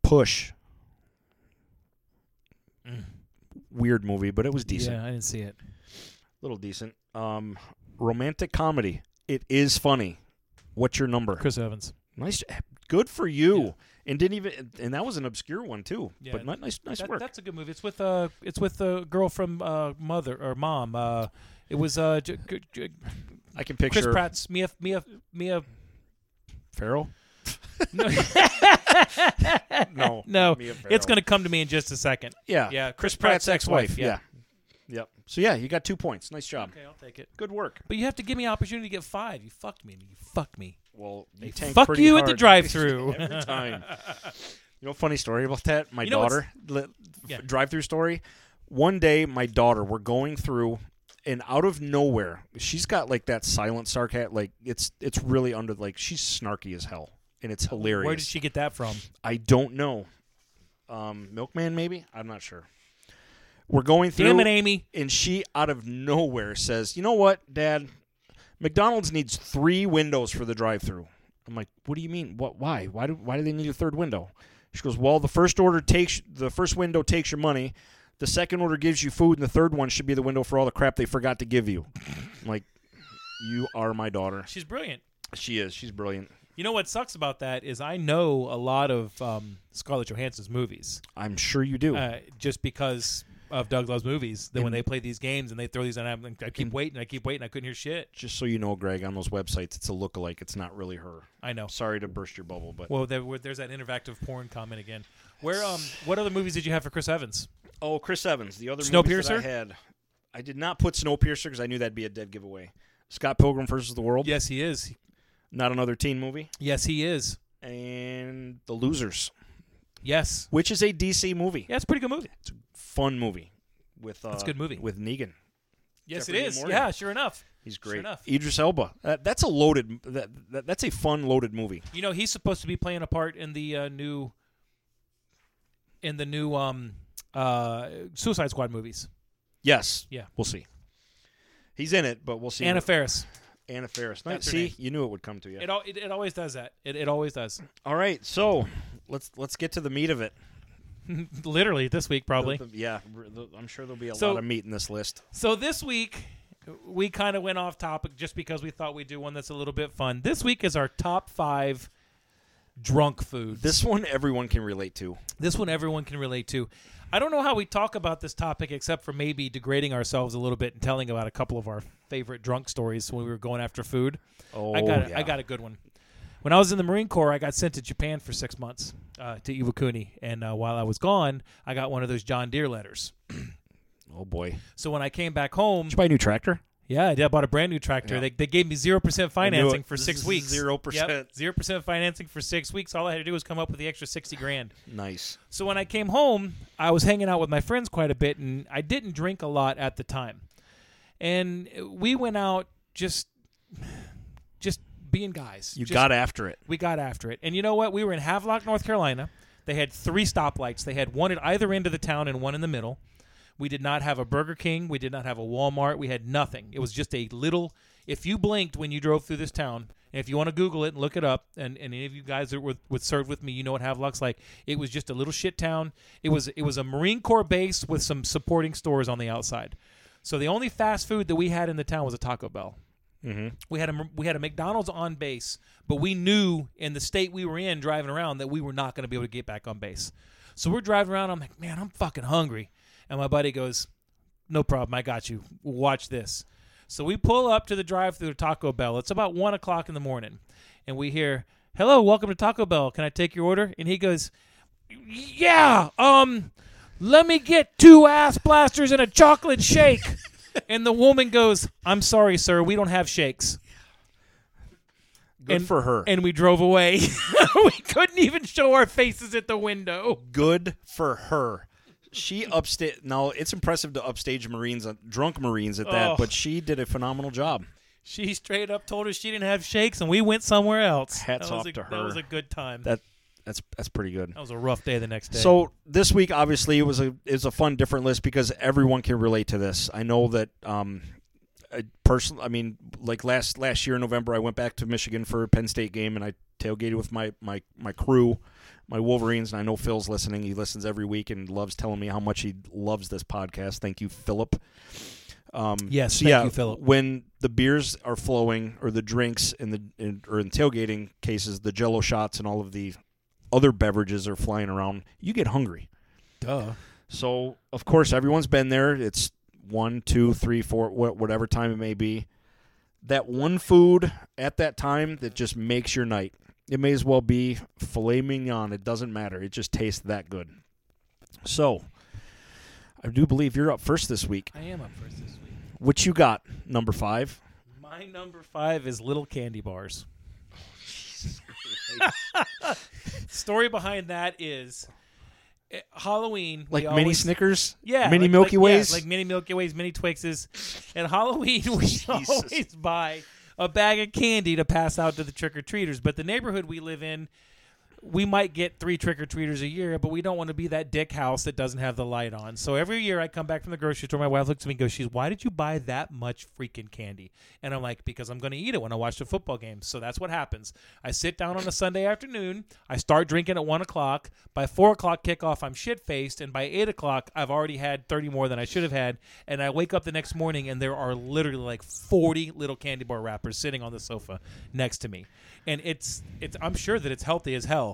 Speaker 1: Push. Weird movie, but it was decent.
Speaker 2: Mm. Yeah, I didn't see it.
Speaker 1: Little decent. Um, romantic comedy. It is funny. What's your number?
Speaker 2: Chris Evans.
Speaker 1: Nice. eh, Good for you.
Speaker 2: Yeah.
Speaker 1: And didn't even. And that was an obscure one too.
Speaker 2: Yeah,
Speaker 1: but ni- nice, nice
Speaker 2: That-
Speaker 1: work.
Speaker 2: That's a good movie. It's with uh, it's with a girl from uh, mother or mom. Uh, it was uh, J- J- J-
Speaker 1: I can
Speaker 2: Chris
Speaker 1: picture
Speaker 2: Pratt's Mia Mia Mia.
Speaker 1: Farrell.
Speaker 2: No,
Speaker 1: No,
Speaker 2: no
Speaker 1: Mia Farrow.
Speaker 2: it's gonna come to me in just a second.
Speaker 1: Yeah.
Speaker 2: Yeah,
Speaker 1: Chris Pratt's Ah. ex-wife.
Speaker 2: Yeah.
Speaker 1: Yep. So yeah, you got two points. Nice job.
Speaker 2: I'll take it.
Speaker 1: Good work.
Speaker 2: But you have to give me an opportunity to get five. You fucked me. You fucked me.
Speaker 1: Well, you tank
Speaker 2: fuck
Speaker 1: pretty
Speaker 2: you at the
Speaker 1: hard
Speaker 2: drive-thru.
Speaker 1: every time. You know, funny story about that. My
Speaker 2: You know
Speaker 1: daughter li-
Speaker 2: Yeah.
Speaker 1: drive-through story. One day, my daughter, we're going through, and out of nowhere, she's got like that silent sarcasm. Like it's it's really under like she's snarky as hell, and it's hilarious.
Speaker 2: Where did she get that from?
Speaker 1: I don't know. Um, Milkman, maybe I'm not sure. We're going through
Speaker 2: Damn it, Amy.
Speaker 1: and she out of nowhere says, "You know what, Dad? McDonald's needs three windows for the drive-through." I'm like, "What do you mean? What? Why? Why do Why do they need a third window?" She goes, "Well, the first order takes the first window takes your money, the second order gives you food, and the third one should be the window for all the crap they forgot to give you." I'm like, "You are my daughter.
Speaker 2: She's brilliant.
Speaker 1: She is. She's brilliant.
Speaker 2: You know what sucks about that is I know a lot of um, Scarlett Johansson's movies
Speaker 1: I'm sure you do."
Speaker 2: uh, just because of Doug Love's movies. That when they play these games and they throw these, and I'm, I keep waiting, I keep waiting, I couldn't hear shit.
Speaker 1: Just so you know, Greg, on those websites, it's a lookalike. It's not really her.
Speaker 2: I know.
Speaker 1: Sorry to burst your bubble, but
Speaker 2: Well, there, were- there's that interactive porn comment again. Where um, what other movies did you have for Chris Evans?
Speaker 1: Oh, Chris Evans, the other movies that
Speaker 2: Snowpiercer?
Speaker 1: I had. I did not put Snowpiercer because I knew that'd be a dead giveaway. Scott Pilgrim versus the World,
Speaker 2: Yes, he is.
Speaker 1: not another teen movie,
Speaker 2: Yes, he is.
Speaker 1: and The Losers,
Speaker 2: Yes.
Speaker 1: which is a DC movie.
Speaker 2: Yeah, it's a pretty good movie.
Speaker 1: It's a fun movie with uh,
Speaker 2: a good movie.
Speaker 1: with Negan.
Speaker 2: Yes,
Speaker 1: Jeffrey
Speaker 2: it
Speaker 1: Dean
Speaker 2: is.
Speaker 1: Morgan.
Speaker 2: Yeah, sure enough.
Speaker 1: He's
Speaker 2: Sure
Speaker 1: great.
Speaker 2: enough.
Speaker 1: Idris Elba. That, that's a loaded. That, that, that's a fun loaded movie.
Speaker 2: You know, he's supposed to be playing a part in the uh, new in the new um uh Suicide Squad movies.
Speaker 1: Yes.
Speaker 2: Yeah.
Speaker 1: We'll see. He's in it, but we'll see.
Speaker 2: Anna Faris.
Speaker 1: Anna Faris. Nice.
Speaker 2: That's her
Speaker 1: See,
Speaker 2: name.
Speaker 1: you knew it would come to you.
Speaker 2: It, al- it it always does that. It it always does.
Speaker 1: All right, so let's let's get to the meat of it.
Speaker 2: Literally this week probably.
Speaker 1: The- yeah, r- the- I'm sure there'll be a
Speaker 2: So-
Speaker 1: lot of meat in this list.
Speaker 2: So this week we kind of went off topic just because we thought we'd do one that's a little bit fun. This week is our top 5 drunk foods.
Speaker 1: This one everyone can relate to.
Speaker 2: This one everyone can relate to. I don't know how we talk about this topic except for maybe degrading ourselves a little bit and telling about a couple of our favorite drunk stories when we were going after food.
Speaker 1: Oh,
Speaker 2: I got a-
Speaker 1: yeah.
Speaker 2: I got a good one. When I was in the Marine Corps, I got sent to Japan for six months uh, to Iwakuni, and uh, while I was gone, I got one of those John Deere letters.
Speaker 1: Oh boy, did
Speaker 2: So when I came back home,
Speaker 1: you buy a new tractor?
Speaker 2: yeah, I did. I bought a brand new tractor.
Speaker 1: Yeah.
Speaker 2: They, they gave me zero percent financing
Speaker 1: it.
Speaker 2: for six weeks.
Speaker 1: 0%.
Speaker 2: Zero percent financing for six weeks. All I had to do was come up with the extra sixty grand.
Speaker 1: Nice.
Speaker 2: So when I came home, I was hanging out with my friends quite a bit, and I didn't drink a lot at the time. And we went out just, just being guys.
Speaker 1: You
Speaker 2: Just-
Speaker 1: got after it.
Speaker 2: We got after it, and you know what? We were in Havelock, North Carolina. They had three stoplights. They had one at either end of the town and one in the middle. We did not have a Burger King. We did not have a Walmart. We had nothing. It was just a little. If you blinked when you drove through this town, and if you want to Google it and look it up, and, and any of you guys that were, were served with me, you know what Havelock's like. It was just a little shit town. It was it was a Marine Corps base with some supporting stores on the outside. So the only fast food that we had in the town was a Taco Bell. We had a we had a McDonald's on base, but we knew in the state we were in driving around that we were not going to be able to get back on base. So we're driving around. I'm like, man, I'm fucking hungry, and my buddy goes, no problem, I got you. Watch this. So we pull up to the drive-through Taco Bell. It's about one o'clock in the morning, and we hear, "Hello, welcome to Taco Bell. Can I take your order?" And he goes, "Yeah, um, let me get two ass blasters and a chocolate shake." and the woman goes, "I'm sorry, sir, we don't have shakes."
Speaker 1: Good
Speaker 2: and,
Speaker 1: for her.
Speaker 2: And we drove away. we couldn't even show our faces at the window.
Speaker 1: Good for her. She upstage. Now it's impressive to upstage Marines, uh, drunk Marines at that,
Speaker 2: Oh.
Speaker 1: but she did a phenomenal job.
Speaker 2: She straight up told us she didn't have shakes, and we went somewhere else.
Speaker 1: Hats
Speaker 2: that was
Speaker 1: off
Speaker 2: a,
Speaker 1: to her.
Speaker 2: That was a good time. That,
Speaker 1: That that's that's pretty good.
Speaker 2: was a rough day the next day.
Speaker 1: So this week, obviously, it was a is a fun, different list because everyone can relate to this. I know that um, I personally, I mean, like last last year in November, I went back to Michigan for a Penn State game, and I tailgated with my my my crew, my Wolverines, and I know Phil's listening. He listens every week and loves telling me how much he loves this podcast. Thank you, Philip. Um,
Speaker 2: Yes,
Speaker 1: so
Speaker 2: thank
Speaker 1: yeah,
Speaker 2: you, Philip.
Speaker 1: When the beers are flowing, or the drinks, in the in, or in tailgating cases, the Jello shots and all of the other beverages are flying around, you get hungry.
Speaker 2: duh.
Speaker 1: So, of course, everyone's been there. It's one, two, three, four, wha- whatever time it may be. That one food at that time that just makes your night. It may as well be filet mignon. It doesn't matter. It just tastes that good. So, I do believe you're up first this week.
Speaker 2: I am up first this week.
Speaker 1: What you got? Number five.
Speaker 2: My number five is little candy bars. Story behind that is eh, Halloween. we
Speaker 1: Like mini
Speaker 2: always-
Speaker 1: Snickers.
Speaker 2: Yeah,
Speaker 1: Mini
Speaker 2: like-
Speaker 1: Milky
Speaker 2: like- yeah,
Speaker 1: Ways.
Speaker 2: like mini Milky Ways, mini Twixes. And Halloween, we always buy a bag of candy to pass out to the trick or treaters. But the neighborhood we live in, we might get three trick or treaters a year, but we don't want to be that dick house that doesn't have the light on. So every year, I come back from the grocery store, my wife looks at me and goes, "She's, why did you buy that much freaking candy?" And I'm like, "Because I'm going to eat it when I watch the football game." So that's what happens. I sit down on a Sunday afternoon. I start drinking at one o'clock. By four o'clock kickoff, I'm shit faced, and by eight o'clock, I've already had thirty more than I should have had. And I wake up the next morning, and there are literally like forty little candy bar wrappers sitting on the sofa next to me, and it's it's. I'm sure that it's healthy as hell.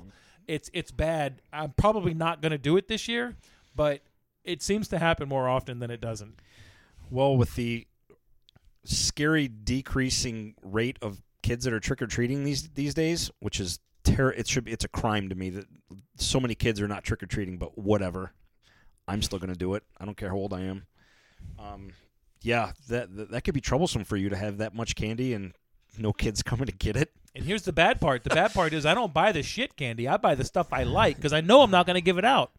Speaker 2: It's it's bad. I'm probably not going to do it this year, but it seems to happen more often than it doesn't.
Speaker 1: Well, with the scary decreasing rate of kids that are trick or treating these these days, which is terror, it should be, it's a crime to me that so many kids are not trick or treating. But whatever, I'm still going to do it. I don't care how old I am. Um, yeah, that, that that could be troublesome for you to have that much candy and no kids coming to get it.
Speaker 2: And here's the bad part. The bad part is I don't buy the shit candy. I buy the stuff I like because I know I'm not going to give it out.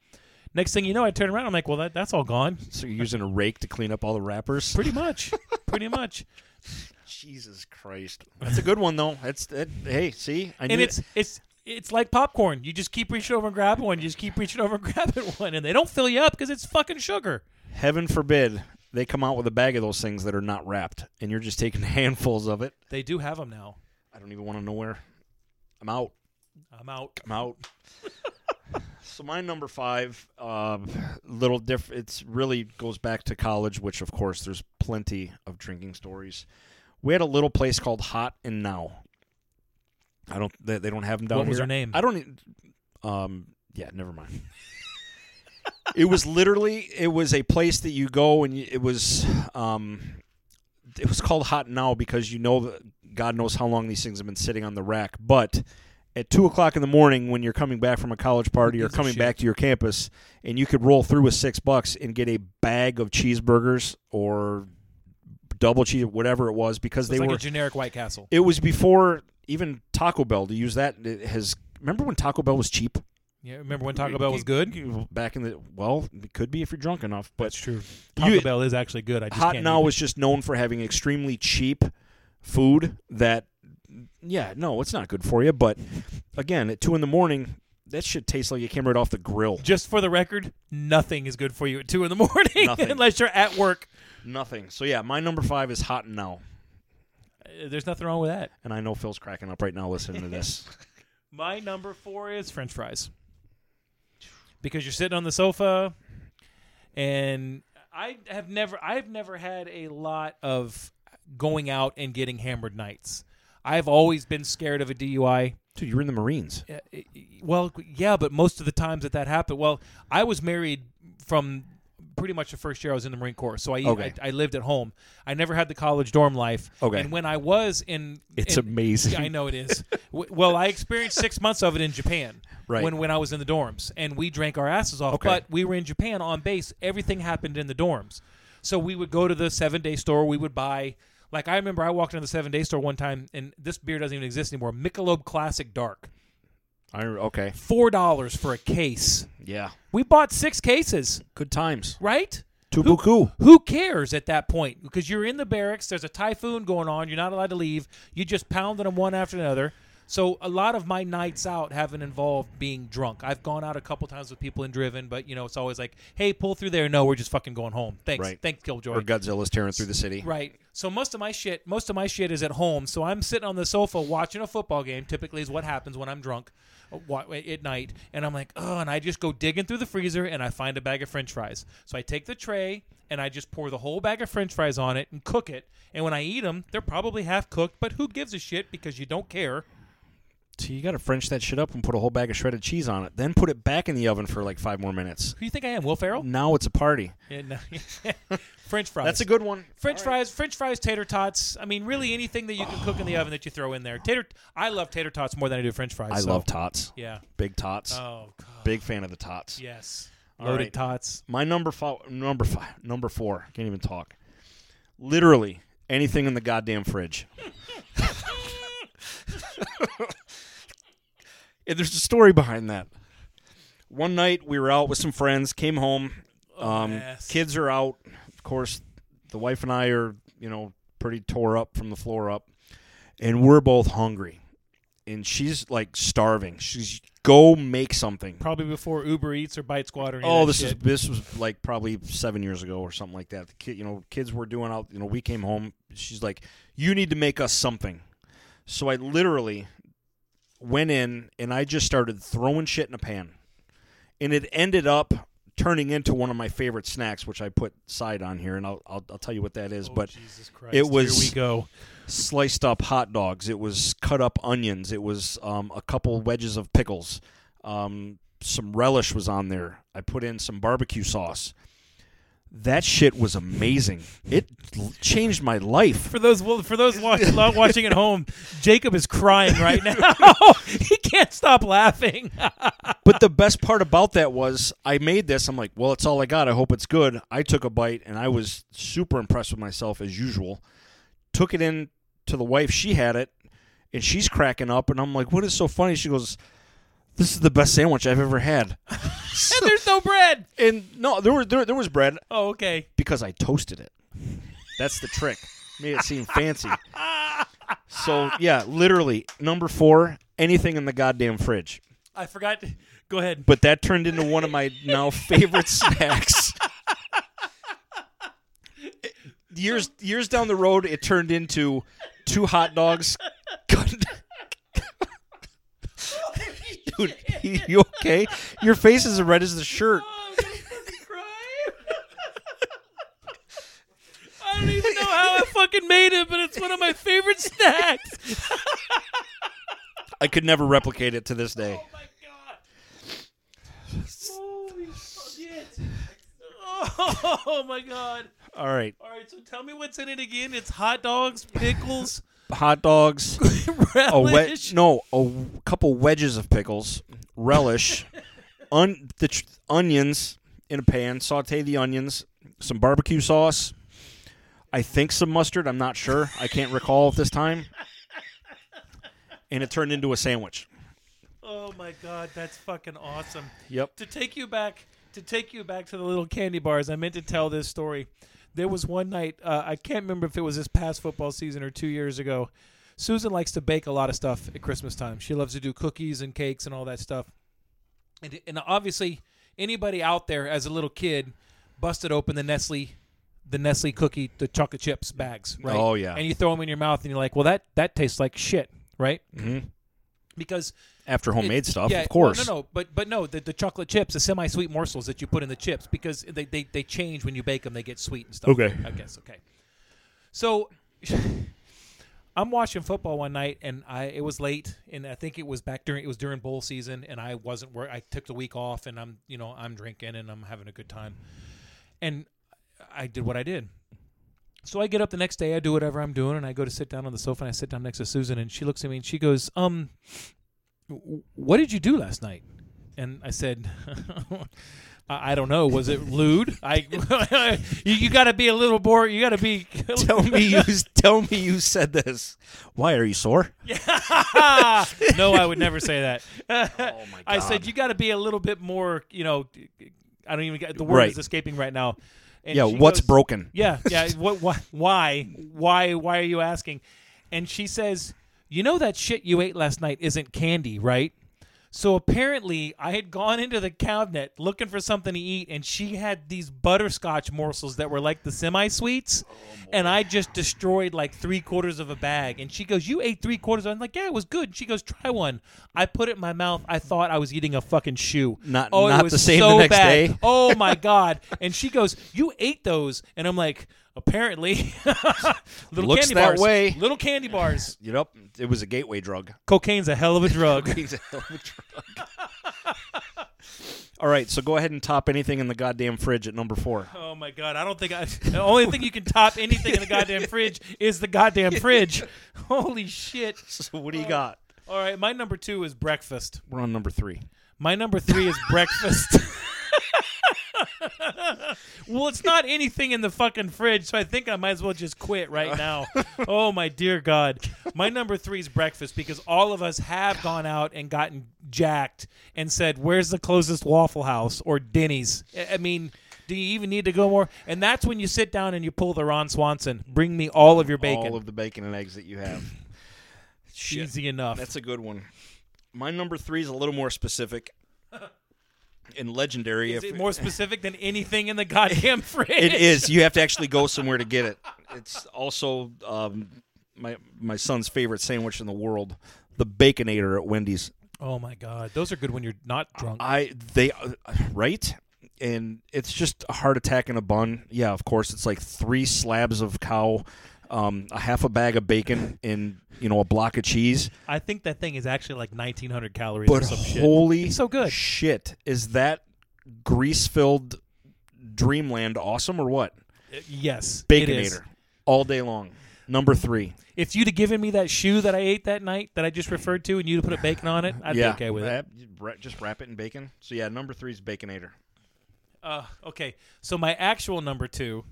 Speaker 2: Next thing you know, I turn around. I'm like, well, that, that's all gone.
Speaker 1: So you're using a rake to clean up all the wrappers.
Speaker 2: Pretty much. Pretty much.
Speaker 1: Jesus Christ, that's a good one though. That's that. Hey, see, I
Speaker 2: And
Speaker 1: knew-
Speaker 2: it's it's it's like popcorn. You just keep reaching over and grabbing one. You just keep reaching over and grabbing one, and they don't fill you up because it's fucking sugar.
Speaker 1: heaven forbid they come out with a bag of those things that are not wrapped and you're just taking handfuls of it
Speaker 2: They do have them now.
Speaker 1: i don't even want to know where i'm out
Speaker 2: I'm out.
Speaker 1: i'm out so my number five uh, little diff it's really goes back to college which of course there's plenty of drinking stories we had a little place called hot and now i don't they, they don't have them down
Speaker 2: What was
Speaker 1: here.
Speaker 2: her name?
Speaker 1: i don't e- um yeah never mind it was literally it was a place that you go and you, it was um it was called hot now because you know that god knows how long these things have been sitting on the rack but at two o'clock in the morning when you're coming back from a college party or
Speaker 2: gives a
Speaker 1: coming
Speaker 2: shit?
Speaker 1: back to your campus and you could roll through with six bucks and get a bag of cheeseburgers or double cheese whatever it was because
Speaker 2: It's
Speaker 1: they
Speaker 2: like
Speaker 1: were
Speaker 2: a generic White Castle.
Speaker 1: it was before even taco bell to use that it has remember when taco bell was cheap
Speaker 2: Yeah, remember when Taco Bell was good?
Speaker 1: back in the well it could be if you're drunk enough but
Speaker 2: true. Taco
Speaker 1: You-
Speaker 2: Bell is actually good. I just
Speaker 1: Hot
Speaker 2: can't
Speaker 1: Now
Speaker 2: eat it.
Speaker 1: was just known for having extremely cheap food that, yeah, no, it's not good for you. But again, at two in the morning, that shit tastes like it came right off the grill.
Speaker 2: Just for the record, nothing is good for you at two in the morning
Speaker 1: Nothing.
Speaker 2: unless you're at work.
Speaker 1: Nothing. So yeah, my number five is Hot Now,
Speaker 2: Uh, There's nothing wrong with that.
Speaker 1: and I know Phil's cracking up right now listening to this.
Speaker 2: My number four is French fries. Because you're sitting on the sofa, and I have never, I've never had a lot of going out and getting hammered nights. I've always been scared of a DUI.
Speaker 1: Dude, you were in the Marines.
Speaker 2: Uh, well, yeah, but most of the times that that happened, well, I was married from pretty much the first year I was in the Marine Corps, so I
Speaker 1: Okay.
Speaker 2: I, I lived at home. I never had the college dorm life.
Speaker 1: Okay.
Speaker 2: and when I was in,
Speaker 1: It's
Speaker 2: in-
Speaker 1: amazing.
Speaker 2: Yeah, I know it is. W- well, I experienced six months of it in Japan.
Speaker 1: Right.
Speaker 2: When when I was in the dorms, and we drank our asses off,
Speaker 1: Okay.
Speaker 2: but we were in Japan on base. Everything happened in the dorms, so we would go to the seven day store. We would buy. Like I remember, I walked into the Seven Day Store one time, and this beer doesn't even exist anymore. Michelob Classic Dark
Speaker 1: I okay.
Speaker 2: four dollars for a case.
Speaker 1: Yeah.
Speaker 2: We bought six cases,
Speaker 1: Good times.
Speaker 2: right? Who-
Speaker 1: Tubuku.
Speaker 2: Who cares at that point? Because you're in the barracks. There's a typhoon going on. You're not allowed to leave. You just pounded them one after another. So a lot of my nights out haven't involved being drunk. I've gone out a couple times with people and driven, but you know it's always like, "Hey, pull through there." No, we're just fucking going home. Thanks,
Speaker 1: Right.
Speaker 2: thanks, Killjoy.
Speaker 1: Or Godzilla's tearing through the city.
Speaker 2: Right. So most of my shit, most of my shit is at home. So I'm sitting on the sofa watching a football game. Typically, is what happens when I'm drunk uh, wa- at night, and I'm like, oh, and I just go digging through the freezer and I find a bag of French fries. So I take the tray and I just pour the whole bag of French fries on it and cook it. And when I eat them, they're probably half cooked, but who gives a shit because you don't care.
Speaker 1: So you got to French that shit up and put a whole bag of shredded cheese on it, then put it back in the oven for like five more minutes.
Speaker 2: Who do you think I am, Will Ferrell?
Speaker 1: Now it's a party.
Speaker 2: Yeah, no. French fries.
Speaker 1: Mm. That's a good one.
Speaker 2: French fries, French fries, tater tots. I mean, really anything that you can cook in the oven that you throw in there. Tater. I love tater tots more than I do French fries.
Speaker 1: I
Speaker 2: so-
Speaker 1: love tots.
Speaker 2: Yeah.
Speaker 1: Big tots.
Speaker 2: Oh God.
Speaker 1: Big fan of the tots.
Speaker 2: Yes.
Speaker 1: All
Speaker 2: Loaded
Speaker 1: right.
Speaker 2: tots.
Speaker 1: My number five, number five, number four. Can't even talk. Literally anything in the goddamn fridge. And there's a story behind that. One night we were out with some friends, came home. Um,
Speaker 2: yes.
Speaker 1: Kids are out. Of course, the wife and I are, you know, pretty tore up from the floor up. And we're both hungry. And she's like starving. She's go make something.
Speaker 2: Probably before Uber Eats or Bite Squad or any of
Speaker 1: Oh,
Speaker 2: that
Speaker 1: this
Speaker 2: shit.
Speaker 1: is this was like probably seven years ago or something like that. The kid, you know, kids were doing out. You know, we came home. She's like, "You need to make us something." So I literally went in and I just started throwing shit in a pan, and it ended up turning into one of my favorite snacks, which I put side on here, and I'll I'll, I'll tell you what that is.
Speaker 2: Oh,
Speaker 1: but
Speaker 2: Jesus Christ.
Speaker 1: was-
Speaker 2: Here we go.
Speaker 1: sliced up hot dogs. It was cut up onions. It was um, a couple wedges of pickles. Um, some relish was on there. I put in some barbecue sauce. That shit was amazing. It l- changed my life.
Speaker 2: For those well, for those watch, lo- watching at home, Jacob is crying right now. he can't stop laughing.
Speaker 1: But the best part about that was I made this. I'm like, well, it's all I got. I hope it's good. I took a bite and I was super impressed with myself as usual. Took it in to the wife. She had it and she's cracking up. And I'm like, what is so funny? She goes, this is the best sandwich I've ever had.
Speaker 2: and there's no bread.
Speaker 1: And no, there was there, there was bread
Speaker 2: Oh, okay.
Speaker 1: because I toasted it. That's the trick. Made it seem fancy. So yeah, literally number four, anything in the goddamn fridge.
Speaker 2: I forgot. to- Go ahead.
Speaker 1: But that turned into one of my now favorite snacks. Years years down the road, it turned into two hot dogs. Dude, you okay? Your face is as red as the shirt.
Speaker 2: Oh, I'm gonna cry. I don't even know how I fucking made it, but it's one of my favorite snacks.
Speaker 1: I could never replicate it to this day.
Speaker 2: Oh my god! Holy shit! Oh my god!
Speaker 1: All right.
Speaker 2: All right, so tell me what's in it again. It's hot dogs, pickles,
Speaker 1: hot dogs, a wed-
Speaker 2: relish.
Speaker 1: no, a w- couple wedges of pickles, relish, un- the tr- onions in a pan, saute the onions, some barbecue sauce, I think some mustard, I'm not sure. I can't recall at this time. And it turned into a sandwich.
Speaker 2: Oh my god, that's fucking awesome.
Speaker 1: Yep.
Speaker 2: to take you back to take you back to the little candy bars i meant to tell this story there was one night uh, i can't remember if it was this past football season or two years ago susan likes to bake a lot of stuff at christmas time she loves to do cookies and cakes and all that stuff and, and obviously anybody out there as a little kid busted open the nestle the nestle cookie the chocolate chips bags right
Speaker 1: Oh, yeah.
Speaker 2: and you throw them in your mouth and you're like well that that tastes like shit right
Speaker 1: Mhm.
Speaker 2: because
Speaker 1: After homemade
Speaker 2: it-
Speaker 1: stuff,
Speaker 2: yeah,
Speaker 1: of course.
Speaker 2: No, no, no, but but no, the, the chocolate chips, the semi-sweet morsels that you put in the chips, because they, they they change when you bake them, they get sweet and stuff.
Speaker 1: Okay.
Speaker 2: I guess okay. So, I'm watching football one night, and I it was late, and I think it was back during it was during bowl season, and I wasn't where I took the week off, and I'm you know I'm drinking and I'm having a good time, and I did what I did. So I get up the next day, I do whatever I'm doing, and I go to sit down on the sofa, and I sit down next to Susan, and she looks at me, and she goes, "Um, what did you do last night?" And I said, "I I don't know. Was it lewd? I you, you got to be a little more. You got to be
Speaker 1: Tell me you tell me you said this. Why are you sore?
Speaker 2: no, I would never say that. oh my God. I said you got to be a little bit more. You know, I don't even get the word
Speaker 1: Right.
Speaker 2: is escaping right now. And
Speaker 1: Yeah,
Speaker 2: she
Speaker 1: what's
Speaker 2: goes-
Speaker 1: broken?
Speaker 2: Yeah, yeah. What? Why? Why? Why? Why are you asking? And she says, "You know that shit you ate last night isn't candy, right?" So apparently, I had gone into the cabinet looking for something to eat, and she had these butterscotch morsels that were like the semi-sweets,
Speaker 1: Oh,
Speaker 2: and I just destroyed like three quarters of a bag. And she goes, "You ate three quarters." I'm like, "Yeah, it was good." And she goes, "Try one." I put it in my mouth. I thought I was eating a fucking shoe.
Speaker 1: Not-
Speaker 2: oh,
Speaker 1: not
Speaker 2: it was
Speaker 1: the same
Speaker 2: so
Speaker 1: the next
Speaker 2: bad.
Speaker 1: day?
Speaker 2: Oh my god! And she goes, "You ate those?" And I'm like, "Apparently, little
Speaker 1: Looks
Speaker 2: candy
Speaker 1: that
Speaker 2: bars.
Speaker 1: way.
Speaker 2: Little candy bars.
Speaker 1: Yep, it was a gateway drug.
Speaker 2: Cocaine's a hell of a drug."
Speaker 1: He's a hell of a drug. All right, so go ahead and top anything in the goddamn fridge at number four.
Speaker 2: Oh my god! I don't think I. The only thing you can top anything in the goddamn fridge is the goddamn fridge. Holy shit!
Speaker 1: So what do
Speaker 2: oh.
Speaker 1: you got?
Speaker 2: All right, my number two is breakfast.
Speaker 1: We're on number three.
Speaker 2: My number three is breakfast. well, it's not anything in the fucking fridge, so I think I might as well just quit right now. oh my dear God, my number three is breakfast because all of us have gone out and gotten jacked and said, "Where's the closest Waffle House or Denny's?" I- I mean. Do you even need to go more? And that's when you sit down and you pull the Ron Swanson. Bring me all of your bacon.
Speaker 1: All of the bacon and eggs that you have. Shit.
Speaker 2: Easy enough.
Speaker 1: That's a good one. My number three is a little more specific and legendary.
Speaker 2: Is
Speaker 1: if-
Speaker 2: it more specific than anything in the goddamn fridge?
Speaker 1: It is. You have to actually go somewhere to get it. It's also um, my my son's favorite sandwich in the world, the Baconator at Wendy's.
Speaker 2: Oh my god, those are good when you're not drunk.
Speaker 1: I they uh, right, and it's just a heart attack in a bun. Yeah, of course, it's like three slabs of cow, um, a half a bag of bacon, and you know a block of cheese.
Speaker 2: I think that thing is actually like 1900 calories
Speaker 1: But
Speaker 2: or some shit.
Speaker 1: holy
Speaker 2: It's so good.
Speaker 1: shit, is that grease filled dreamland awesome or what?
Speaker 2: yes, it is.
Speaker 1: Baconator all day long. Number three.
Speaker 2: If you'd have given me that shoe that I ate that night that I just referred to, and you'd have put a bacon on it, I'd
Speaker 1: yeah,
Speaker 2: be okay with it.
Speaker 1: wrap, wrap- Just wrap it in bacon. So yeah, number three is Baconator.
Speaker 2: Uh, okay, so my actual number two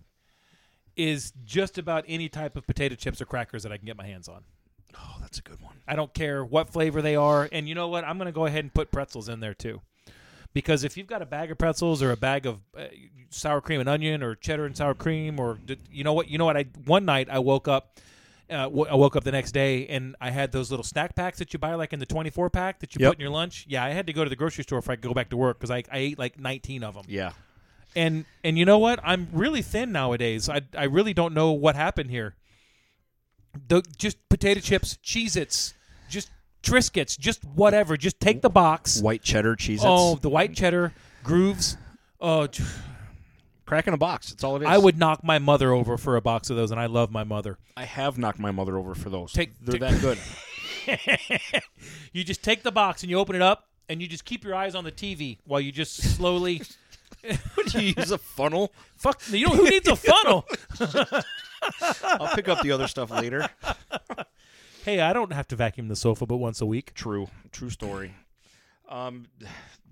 Speaker 2: is just about any type of potato chips or crackers that I can get my hands on.
Speaker 1: Oh, that's a good one.
Speaker 2: I don't care what flavor they are. And you know what? I'm going to go ahead and put pretzels in there too. Because if you've got a bag of pretzels or a bag of uh, sour cream and onion or cheddar and sour cream or d- you know what? You know what? I one night I woke up uh, w- I woke up the next day and I had those little snack packs that you buy like in the 24 pack that you
Speaker 1: Yep.
Speaker 2: put in your lunch. Yeah, I had to go to the grocery store if I could go back to work cuz I I ate like 19 of them
Speaker 1: Yeah.
Speaker 2: and and you know what i'm really thin nowadays i i really don't know what happened here the just potato chips cheez its just triscuits just whatever just take the box
Speaker 1: White cheddar cheese.
Speaker 2: oh the white cheddar grooves oh tr-
Speaker 1: crack in a box. That's all it is.
Speaker 2: i would knock my mother over for a box of those and i love my mother
Speaker 1: I have knocked my mother over for those.
Speaker 2: Take-
Speaker 1: They're that
Speaker 2: take-
Speaker 1: good.
Speaker 2: you just take the box and you open it up and you just keep your eyes on the tv while you just slowly
Speaker 1: Would you use a funnel?
Speaker 2: fuck you know who needs a funnel
Speaker 1: I'll pick up the other stuff later.
Speaker 2: hey i don't have to vacuum the sofa but once a week
Speaker 1: True. True story. Um,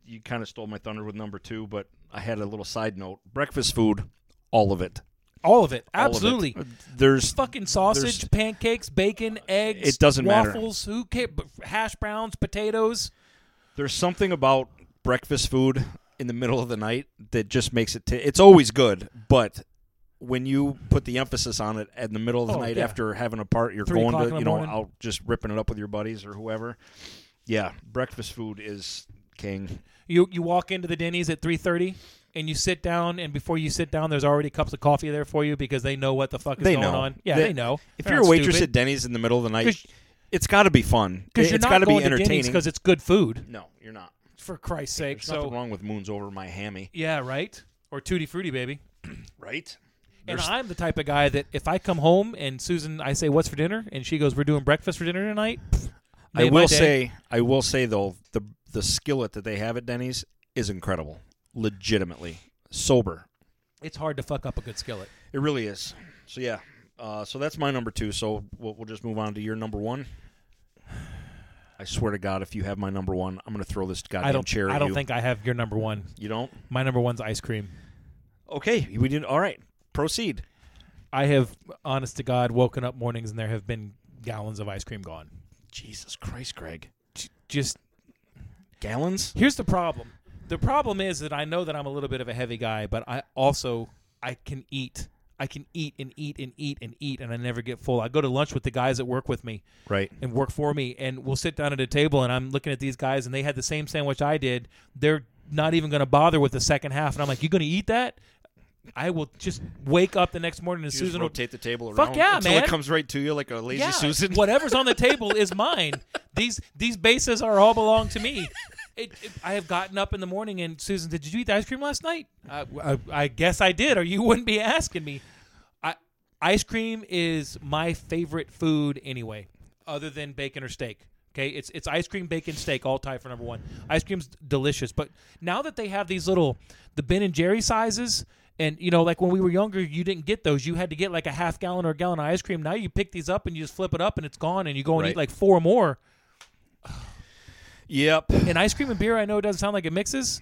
Speaker 1: you kind of stole my thunder with number two, but I had a little side note. Breakfast food, all of it.
Speaker 2: all of it
Speaker 1: All of it. Uh,
Speaker 2: absolutely
Speaker 1: There's
Speaker 2: fucking sausage,
Speaker 1: There's-
Speaker 2: pancakes, bacon, eggs.
Speaker 1: It doesn't matter.
Speaker 2: waffles, Who ca- b- hash browns, potatoes.
Speaker 1: there's something about breakfast food in the middle of the night that just makes it. T- it's always good, but when you put the emphasis on it at the middle of the
Speaker 2: Oh,
Speaker 1: night
Speaker 2: yeah.
Speaker 1: after having a part, you're
Speaker 2: Three
Speaker 1: going
Speaker 2: o'clock in
Speaker 1: to
Speaker 2: the
Speaker 1: you know
Speaker 2: morning.
Speaker 1: out just ripping it up with your buddies or whoever. Yeah, breakfast food is king.
Speaker 2: You you walk into the Denny's at three thirty. And you sit down, and before you sit down, there's already cups of coffee there for you because they know what the fuck is
Speaker 1: they
Speaker 2: going
Speaker 1: know.
Speaker 2: on. Yeah, know.
Speaker 1: If
Speaker 2: They're
Speaker 1: you're a
Speaker 2: not
Speaker 1: waitress
Speaker 2: stupid.
Speaker 1: at Denny's in the middle of the
Speaker 2: 'Cause-
Speaker 1: night, it's got to be fun. It,
Speaker 2: because you're
Speaker 1: it's
Speaker 2: not
Speaker 1: got to be
Speaker 2: going to Denny's
Speaker 1: entertaining.
Speaker 2: because it's good food.
Speaker 1: no, you're not.
Speaker 2: For Christ's sake,
Speaker 1: There's
Speaker 2: so
Speaker 1: nothing wrong with moons over my hammy,
Speaker 2: yeah, right or tutti frutti, baby.
Speaker 1: right?
Speaker 2: And
Speaker 1: There's-
Speaker 2: I'm the type of guy that if I come home and Susan, I say, "What's for dinner?" and she goes, "We're doing breakfast for dinner tonight." pfft,
Speaker 1: I
Speaker 2: made my
Speaker 1: will
Speaker 2: day.
Speaker 1: say, I will say though, the the skillet that they have at Denny's is incredible. Legitimately sober,
Speaker 2: it's hard to fuck up a good skillet.
Speaker 1: it really is. So yeah, uh, so that's my number two. So we'll, we'll just move on to your number one. I swear to God, if you have my number one, I'm going to throw this goddamn
Speaker 2: I don't.
Speaker 1: chair. At
Speaker 2: I don't
Speaker 1: you.
Speaker 2: think I have your number one.
Speaker 1: you don't.
Speaker 2: My number one's ice cream.
Speaker 1: Okay, we did all right. Proceed.
Speaker 2: I have, honest to God, woken up mornings and there have been gallons of ice cream gone.
Speaker 1: Jesus Christ, Greg.
Speaker 2: J- Just
Speaker 1: Gallons?
Speaker 2: here's the problem. The problem is that I know that I'm a little bit of a heavy guy, but I also I can eat. I can eat and eat and eat and eat, and I never get full. I go to lunch with the guys that work with me,
Speaker 1: Right.
Speaker 2: and work for me and we'll sit down at a table and I'm looking at these guys and they had the same sandwich I did. They're not even going to bother with the second half and I'm like, "You going to eat that?" I will just wake up the next morning and
Speaker 1: You just
Speaker 2: Susan will
Speaker 1: rotate the table around
Speaker 2: Fuck yeah,
Speaker 1: until
Speaker 2: man.
Speaker 1: it comes right to you like a lazy
Speaker 2: yeah,
Speaker 1: Susan.
Speaker 2: whatever's on the table is mine. These these bases are all belong to me. It, it- I have gotten up in the morning and Susan, did you eat the ice cream last night? I, I, I guess I did, or you wouldn't be asking me. I, ice cream is my favorite food anyway, other than bacon or steak. Okay, it's it's ice cream, bacon, steak, all tied for number one. Ice cream's delicious, but now that they have these little the Ben and Jerry sizes, and you know, like when we were younger, you didn't get those. You had to get like a half gallon or a gallon of ice cream. Now you pick these up and you just flip it up, and it's gone, and you go and
Speaker 1: Right.
Speaker 2: eat like four more.
Speaker 1: Yep.
Speaker 2: And ice cream and beer, I know it doesn't sound like it mixes,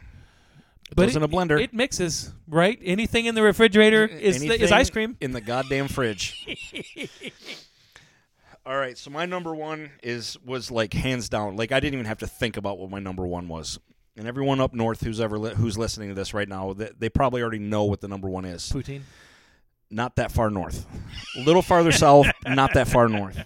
Speaker 2: But
Speaker 1: goes in
Speaker 2: it,
Speaker 1: a blender.
Speaker 2: It mixes, right? Anything in the refrigerator is, is
Speaker 1: Anything
Speaker 2: ice cream.
Speaker 1: in the goddamn fridge. All right, so my number one is was like hands down. Like I didn't even have to think about what my number one was. And everyone up north who's ever li- who's listening to this right now, they, they probably already know what the number one is.
Speaker 2: Poutine.
Speaker 1: Not that far north, a little farther south. Not that far north.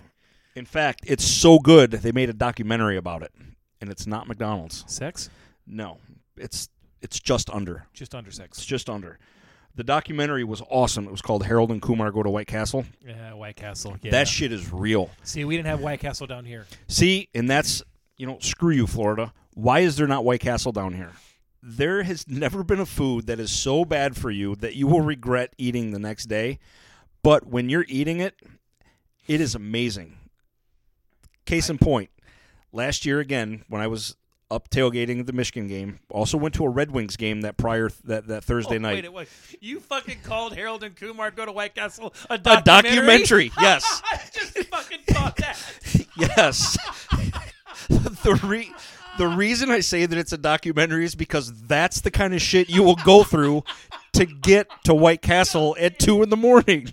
Speaker 1: In fact, it's so good they made a documentary about it, and it's not McDonald's.
Speaker 2: Sex?
Speaker 1: No, it's it's just under.
Speaker 2: Just under sex.
Speaker 1: It's just under. The documentary was awesome. It was called Harold and Kumar Go to White Castle.
Speaker 2: Yeah, White Castle. Yeah.
Speaker 1: That shit is real.
Speaker 2: See, we didn't have White Castle down here.
Speaker 1: See, and that's, you know, screw you, Florida. Why is there not White Castle down here? There has never been a food that is so bad for you that you will regret eating the next day. But when you're eating it, it is amazing. Case in point, last year again, when I was up tailgating at the Michigan game, also went to a Red Wings game that prior that, that Thursday night.
Speaker 2: Oh, Wait, wait, you fucking called Harold and Kumar go to White Castle a
Speaker 1: a
Speaker 2: documentary?
Speaker 1: documentary, yes.
Speaker 2: I just fucking thought that.
Speaker 1: Yes. the re- the reason I say that it's a documentary is because that's the kind of shit you will go through to get to White Castle at two in the morning.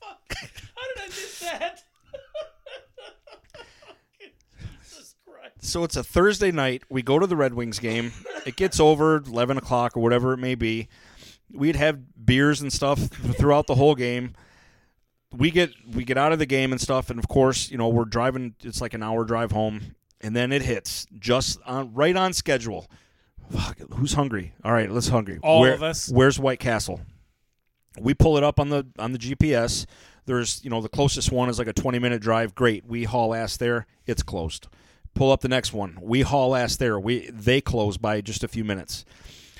Speaker 2: How did I miss that? Jesus Christ.
Speaker 1: So it's a Thursday night. We go to the Red Wings game. It gets over eleven o'clock or whatever it may be. We'd have beers and stuff throughout the whole game. We get we get out of the game and stuff, and of course, you know, we're driving. It's like an hour drive home, and then it hits just on right on schedule. Fuck, who's hungry? All right, let's hungry.
Speaker 2: All of us.
Speaker 1: Where's White Castle? We pull it up on the on the GPS. There's you know the closest one is like a 20 minute drive. Great, we haul ass there. It's closed. Pull up the next one. We haul ass there. We they close by just a few minutes.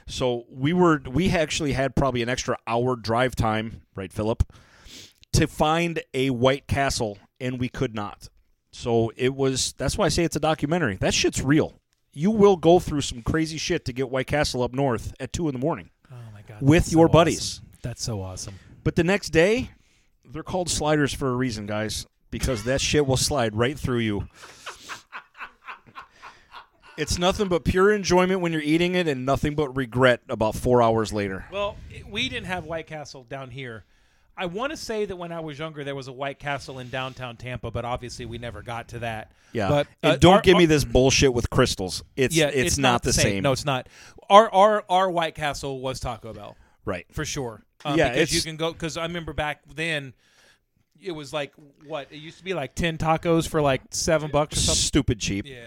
Speaker 1: So we were we actually had probably an extra hour drive time, right, Philip, to find a White Castle, and we could not. So it was that's why I say it's a documentary. That shit's real. You will go through some crazy shit to get White Castle up north at two in the morning.
Speaker 2: Oh my god.
Speaker 1: With
Speaker 2: that's
Speaker 1: your
Speaker 2: awesome.
Speaker 1: buddies.
Speaker 2: That's so awesome.
Speaker 1: But the next day, they're called sliders for a reason, guys, because that shit will slide right through you. It's nothing but pure enjoyment when you're eating it and nothing but regret about four hours later.
Speaker 2: Well, it- we didn't have White Castle down here. I want to say that when I was younger, there was a White Castle in downtown Tampa, but obviously we never got to that.
Speaker 1: Yeah.
Speaker 2: But uh,
Speaker 1: and don't
Speaker 2: our-
Speaker 1: give me
Speaker 2: our-
Speaker 1: this bullshit with crystals. It's
Speaker 2: Yeah,
Speaker 1: it's, not, the same.
Speaker 2: No, it's not. Our our our White Castle was Taco Bell.
Speaker 1: right.
Speaker 2: for sure. Um,
Speaker 1: Yeah,
Speaker 2: because
Speaker 1: it's-
Speaker 2: you can go because I remember back then it was like what it used to be like ten tacos for like seven bucks or something.
Speaker 1: Stupid cheap.
Speaker 2: Yeah,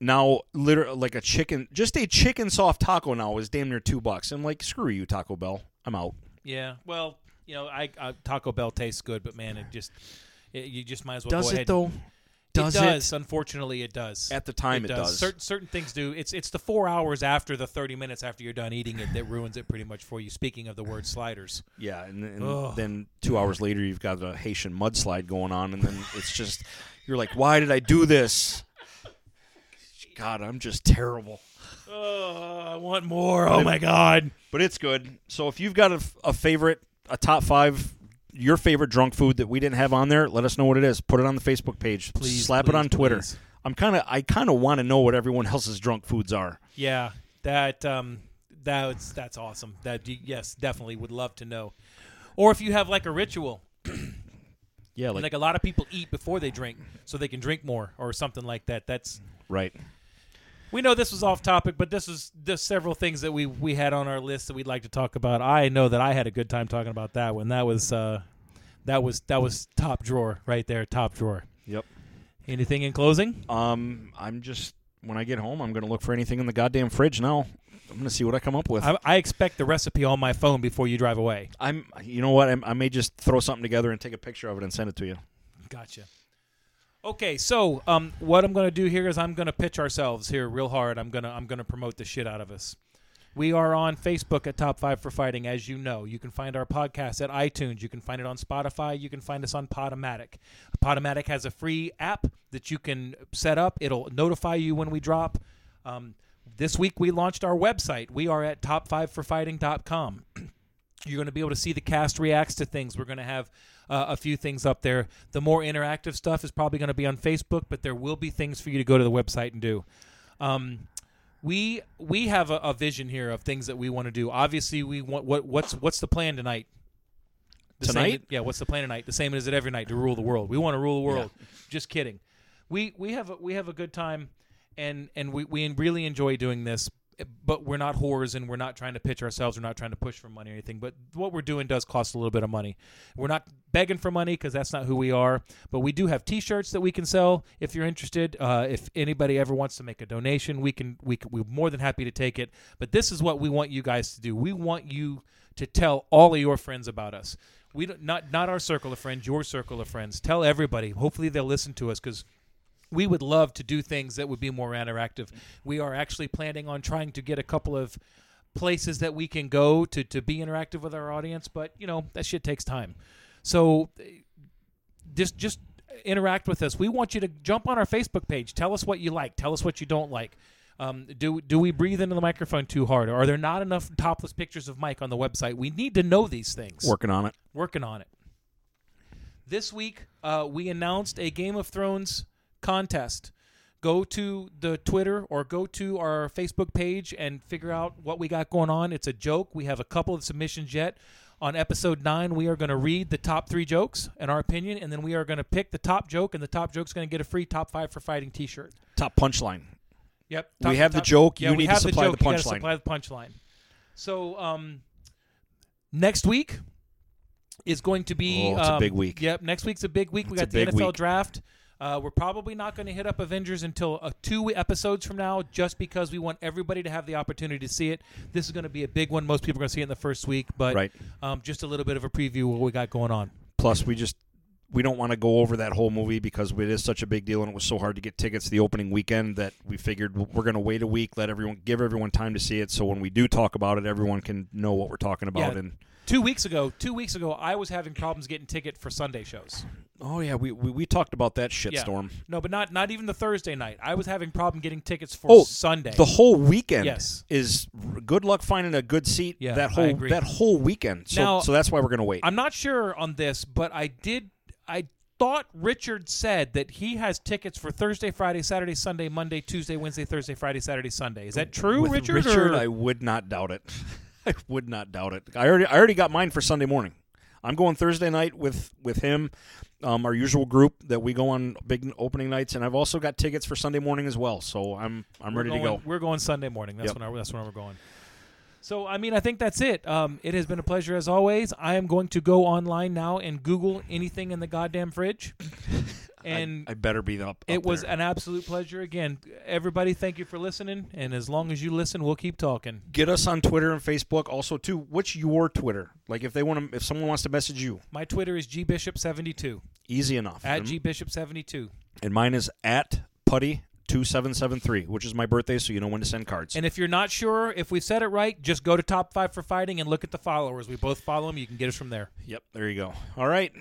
Speaker 1: Now, literally, like a chicken, just a chicken soft taco now is damn near two bucks. I'm like, screw you, Taco Bell. I'm out.
Speaker 2: yeah. Well, you know, I, I Taco Bell tastes good, but man, it just it, you just might as well
Speaker 1: Does
Speaker 2: go
Speaker 1: it
Speaker 2: ahead.
Speaker 1: though?
Speaker 2: it does. Unfortunately, it does.
Speaker 1: At the time, it does.
Speaker 2: Certain certain things do. It's it's the four hours after the thirty minutes after you're done eating it that ruins it pretty much for you. Speaking of the word sliders,
Speaker 1: Yeah, and, and
Speaker 2: Ugh.
Speaker 1: then two hours later, you've got a Haitian mudslide going on, and then it's just you're like, why did I do this? God, I'm just terrible.
Speaker 2: oh, I want more. Oh my god.
Speaker 1: But it's good. So if you've got a, f- a favorite, a top five, your favorite drunk food that we didn't have on there, let us know what it is. Put it on the Facebook page.
Speaker 2: Please,
Speaker 1: slap it
Speaker 2: please,
Speaker 1: on Twitter.
Speaker 2: please.
Speaker 1: I'm kind of I kind of want to know what everyone else's drunk foods are.
Speaker 2: Yeah, that um, that's that's awesome. That yes, definitely would love to know. Or if you have like a ritual,
Speaker 1: Yeah,
Speaker 2: like,
Speaker 1: like,
Speaker 2: a lot of people eat before they drink, so they can drink more or something like that. That's
Speaker 1: right.
Speaker 2: we know this was off topic, but this is there's several things that we we had on our list that we'd like to talk about. I know that I had a good time talking about that one. That was uh, that was that was top drawer right there, top drawer.
Speaker 1: Yep.
Speaker 2: Anything in closing?
Speaker 1: Um, I'm just when I get home, I'm gonna look for anything in the goddamn fridge now. I'm gonna see what I come up with.
Speaker 2: I, I expect the recipe on my phone before you drive away.
Speaker 1: I'm. You know what? I'm, I may just throw something together and take a picture of it and send it to you.
Speaker 2: Gotcha. Okay, so um, what I'm going to do here is I'm going to pitch ourselves here real hard. I'm gonna I'm gonna promote the shit out of us. We are on Facebook at Top Five for Fighting, as you know. You can find our podcast at iTunes. You can find it on Spotify. You can find us on Podomatic. Podomatic has a free app that you can set up. It'll notify you when we drop. Um, this week we launched our website. We are at top5forfighting.com. You're going to be able to see the cast reacts to things. We're going to have uh, a few things up there. The more interactive stuff is probably going to be on Facebook, but there will be things for you to go to the website and do. Um, we we have a, a vision here of things that we want to do. Obviously, we want what what's what's the plan tonight? The same-
Speaker 1: Tonight?
Speaker 2: yeah. What's the plan tonight? The same as it every night to rule the world. We want to rule the world. Just kidding. We we have a, we have a good time, and and we we really enjoy doing this. eh, But we're not whores, and we're not trying to pitch ourselves. We're not trying to push for money or anything. But what we're doing does cost a little bit of money. We're not begging for money because that's not who we are. But we do have T-shirts that we can sell if you're interested. Uh, if anybody ever wants to make a donation, we can. We can, we're more than happy to take it. But this is what we want you guys to do. We want you to tell all of your friends about us. We don't, not not our circle of friends, your circle of friends. Tell everybody. Hopefully they'll listen to us because we would love to do things that would be more interactive. We are actually planning on trying to get a couple of places that we can go to to be interactive with our audience, but you know that shit takes time. So eh, just just interact with us. We want you to jump on our Facebook page. Tell us what you like. Tell us what you don't like. Um, do do we breathe into the microphone too hard? Are there not enough topless pictures of Mike on the website? We need to know these things
Speaker 1: Working on it.
Speaker 2: working on it. This week, uh, we announced a Game of Thrones contest. Go to the Twitter or go to our Facebook page and figure out what we got going on. It's a joke. We have a couple of submissions yet. On episode nine, we are going to read the top three jokes and our opinion, and then we are going to pick the top joke, and the top joke's going to get a free top five for fighting t shirt.
Speaker 1: Top punchline.
Speaker 2: Yep.
Speaker 1: We have the joke, you
Speaker 2: we
Speaker 1: need to
Speaker 2: have
Speaker 1: supply the
Speaker 2: joke, you gotta
Speaker 1: punchline.
Speaker 2: Supply the punchline. So um, next week is going to be.
Speaker 1: Oh, it's a
Speaker 2: um,
Speaker 1: big week.
Speaker 2: Yep. Next week's a big week. We
Speaker 1: It's a
Speaker 2: got the
Speaker 1: big
Speaker 2: NFL
Speaker 1: week.
Speaker 2: draft. Uh, we're probably not going to hit up Avengers until uh, two episodes from now, just because we want everybody to have the opportunity to see it. This is going to be a big one. Most people are going to see it in the first week, but
Speaker 1: Right.
Speaker 2: um, just a little bit of a preview of what we got going on.
Speaker 1: Plus, we just we don't want to go over that whole movie because it is such a big deal and it was so hard to get tickets the opening weekend that we figured we're going to wait a week, let everyone give everyone time to see it, so when we do talk about it, everyone can know what we're talking about.
Speaker 2: Yeah.
Speaker 1: And
Speaker 2: Two weeks ago, two weeks ago, I was having problems getting ticket for Sunday shows.
Speaker 1: oh yeah, we we, we talked about that shitstorm. storm.
Speaker 2: No, but not not even the Thursday night. I was having problem getting tickets for
Speaker 1: Oh,
Speaker 2: Sunday.
Speaker 1: The whole weekend
Speaker 2: Yes.
Speaker 1: is r- good luck finding a good seat.
Speaker 2: Yeah,
Speaker 1: that
Speaker 2: I
Speaker 1: whole
Speaker 2: agree.
Speaker 1: that whole weekend. So
Speaker 2: Now-
Speaker 1: so that's why we're going to wait.
Speaker 2: I'm not sure on this, but I did. I thought Richard said that he has tickets for Thursday, Friday, Saturday, Sunday, Monday, Tuesday, Wednesday, Thursday, Friday, Saturday, Sunday. Is that true,
Speaker 1: With
Speaker 2: Richard?
Speaker 1: Richard,
Speaker 2: or-
Speaker 1: I would not doubt it. I would not doubt it. I already I already got mine for Sunday morning. I'm going Thursday night with with him, um, our usual group that we go on big opening nights, and I've also got tickets for Sunday morning as well. So I'm I'm
Speaker 2: we're
Speaker 1: ready
Speaker 2: going,
Speaker 1: to go.
Speaker 2: We're going Sunday morning. That's
Speaker 1: Yep.
Speaker 2: when I, that's when we're going. So I mean, I think that's it. Um, it has been a pleasure as always. I am going to go online now and Google anything in the goddamn fridge. And
Speaker 1: I better be up. up
Speaker 2: It was
Speaker 1: there.
Speaker 2: an absolute pleasure. Again, everybody, thank you for listening. And as long as you listen, we'll keep talking.
Speaker 1: Get us on Twitter and Facebook also too. What's your Twitter? Like if they want to, if someone wants to message you,
Speaker 2: My Twitter is gbishop72
Speaker 1: easy enough.
Speaker 2: at
Speaker 1: And-
Speaker 2: gbishop72.
Speaker 1: and mine is at putty two seven seven three, which is my birthday, so you know when to send cards.
Speaker 2: And if you're not sure if we said it right, just go to Top Five for Fighting and look at the followers. We both follow them. You can get us from there.
Speaker 1: yep, there you go. All right,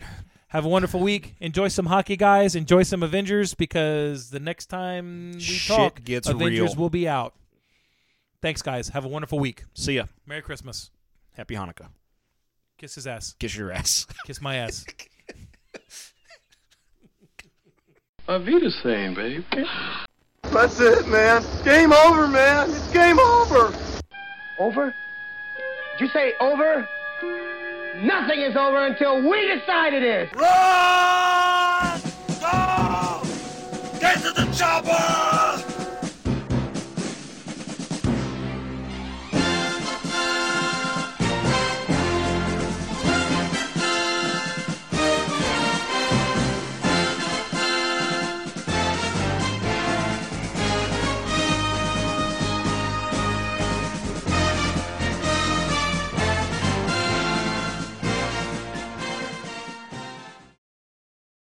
Speaker 2: Have a wonderful week. Enjoy some hockey, guys. Enjoy some Avengers because the next time we
Speaker 1: Shit
Speaker 2: talk,
Speaker 1: gets
Speaker 2: Avengers
Speaker 1: real.
Speaker 2: will be out. Thanks, guys. Have a wonderful week.
Speaker 1: see ya.
Speaker 2: Merry Christmas.
Speaker 1: Happy Hanukkah.
Speaker 2: Kiss his ass.
Speaker 1: Kiss your ass.
Speaker 2: Kiss my ass.
Speaker 8: Avita's saying, babe.
Speaker 5: That's it, man. Game over, man. It's game over.
Speaker 9: Over? Did you say over? Nothing is over until we decide it is.
Speaker 5: Run! Go! Get to the chopper!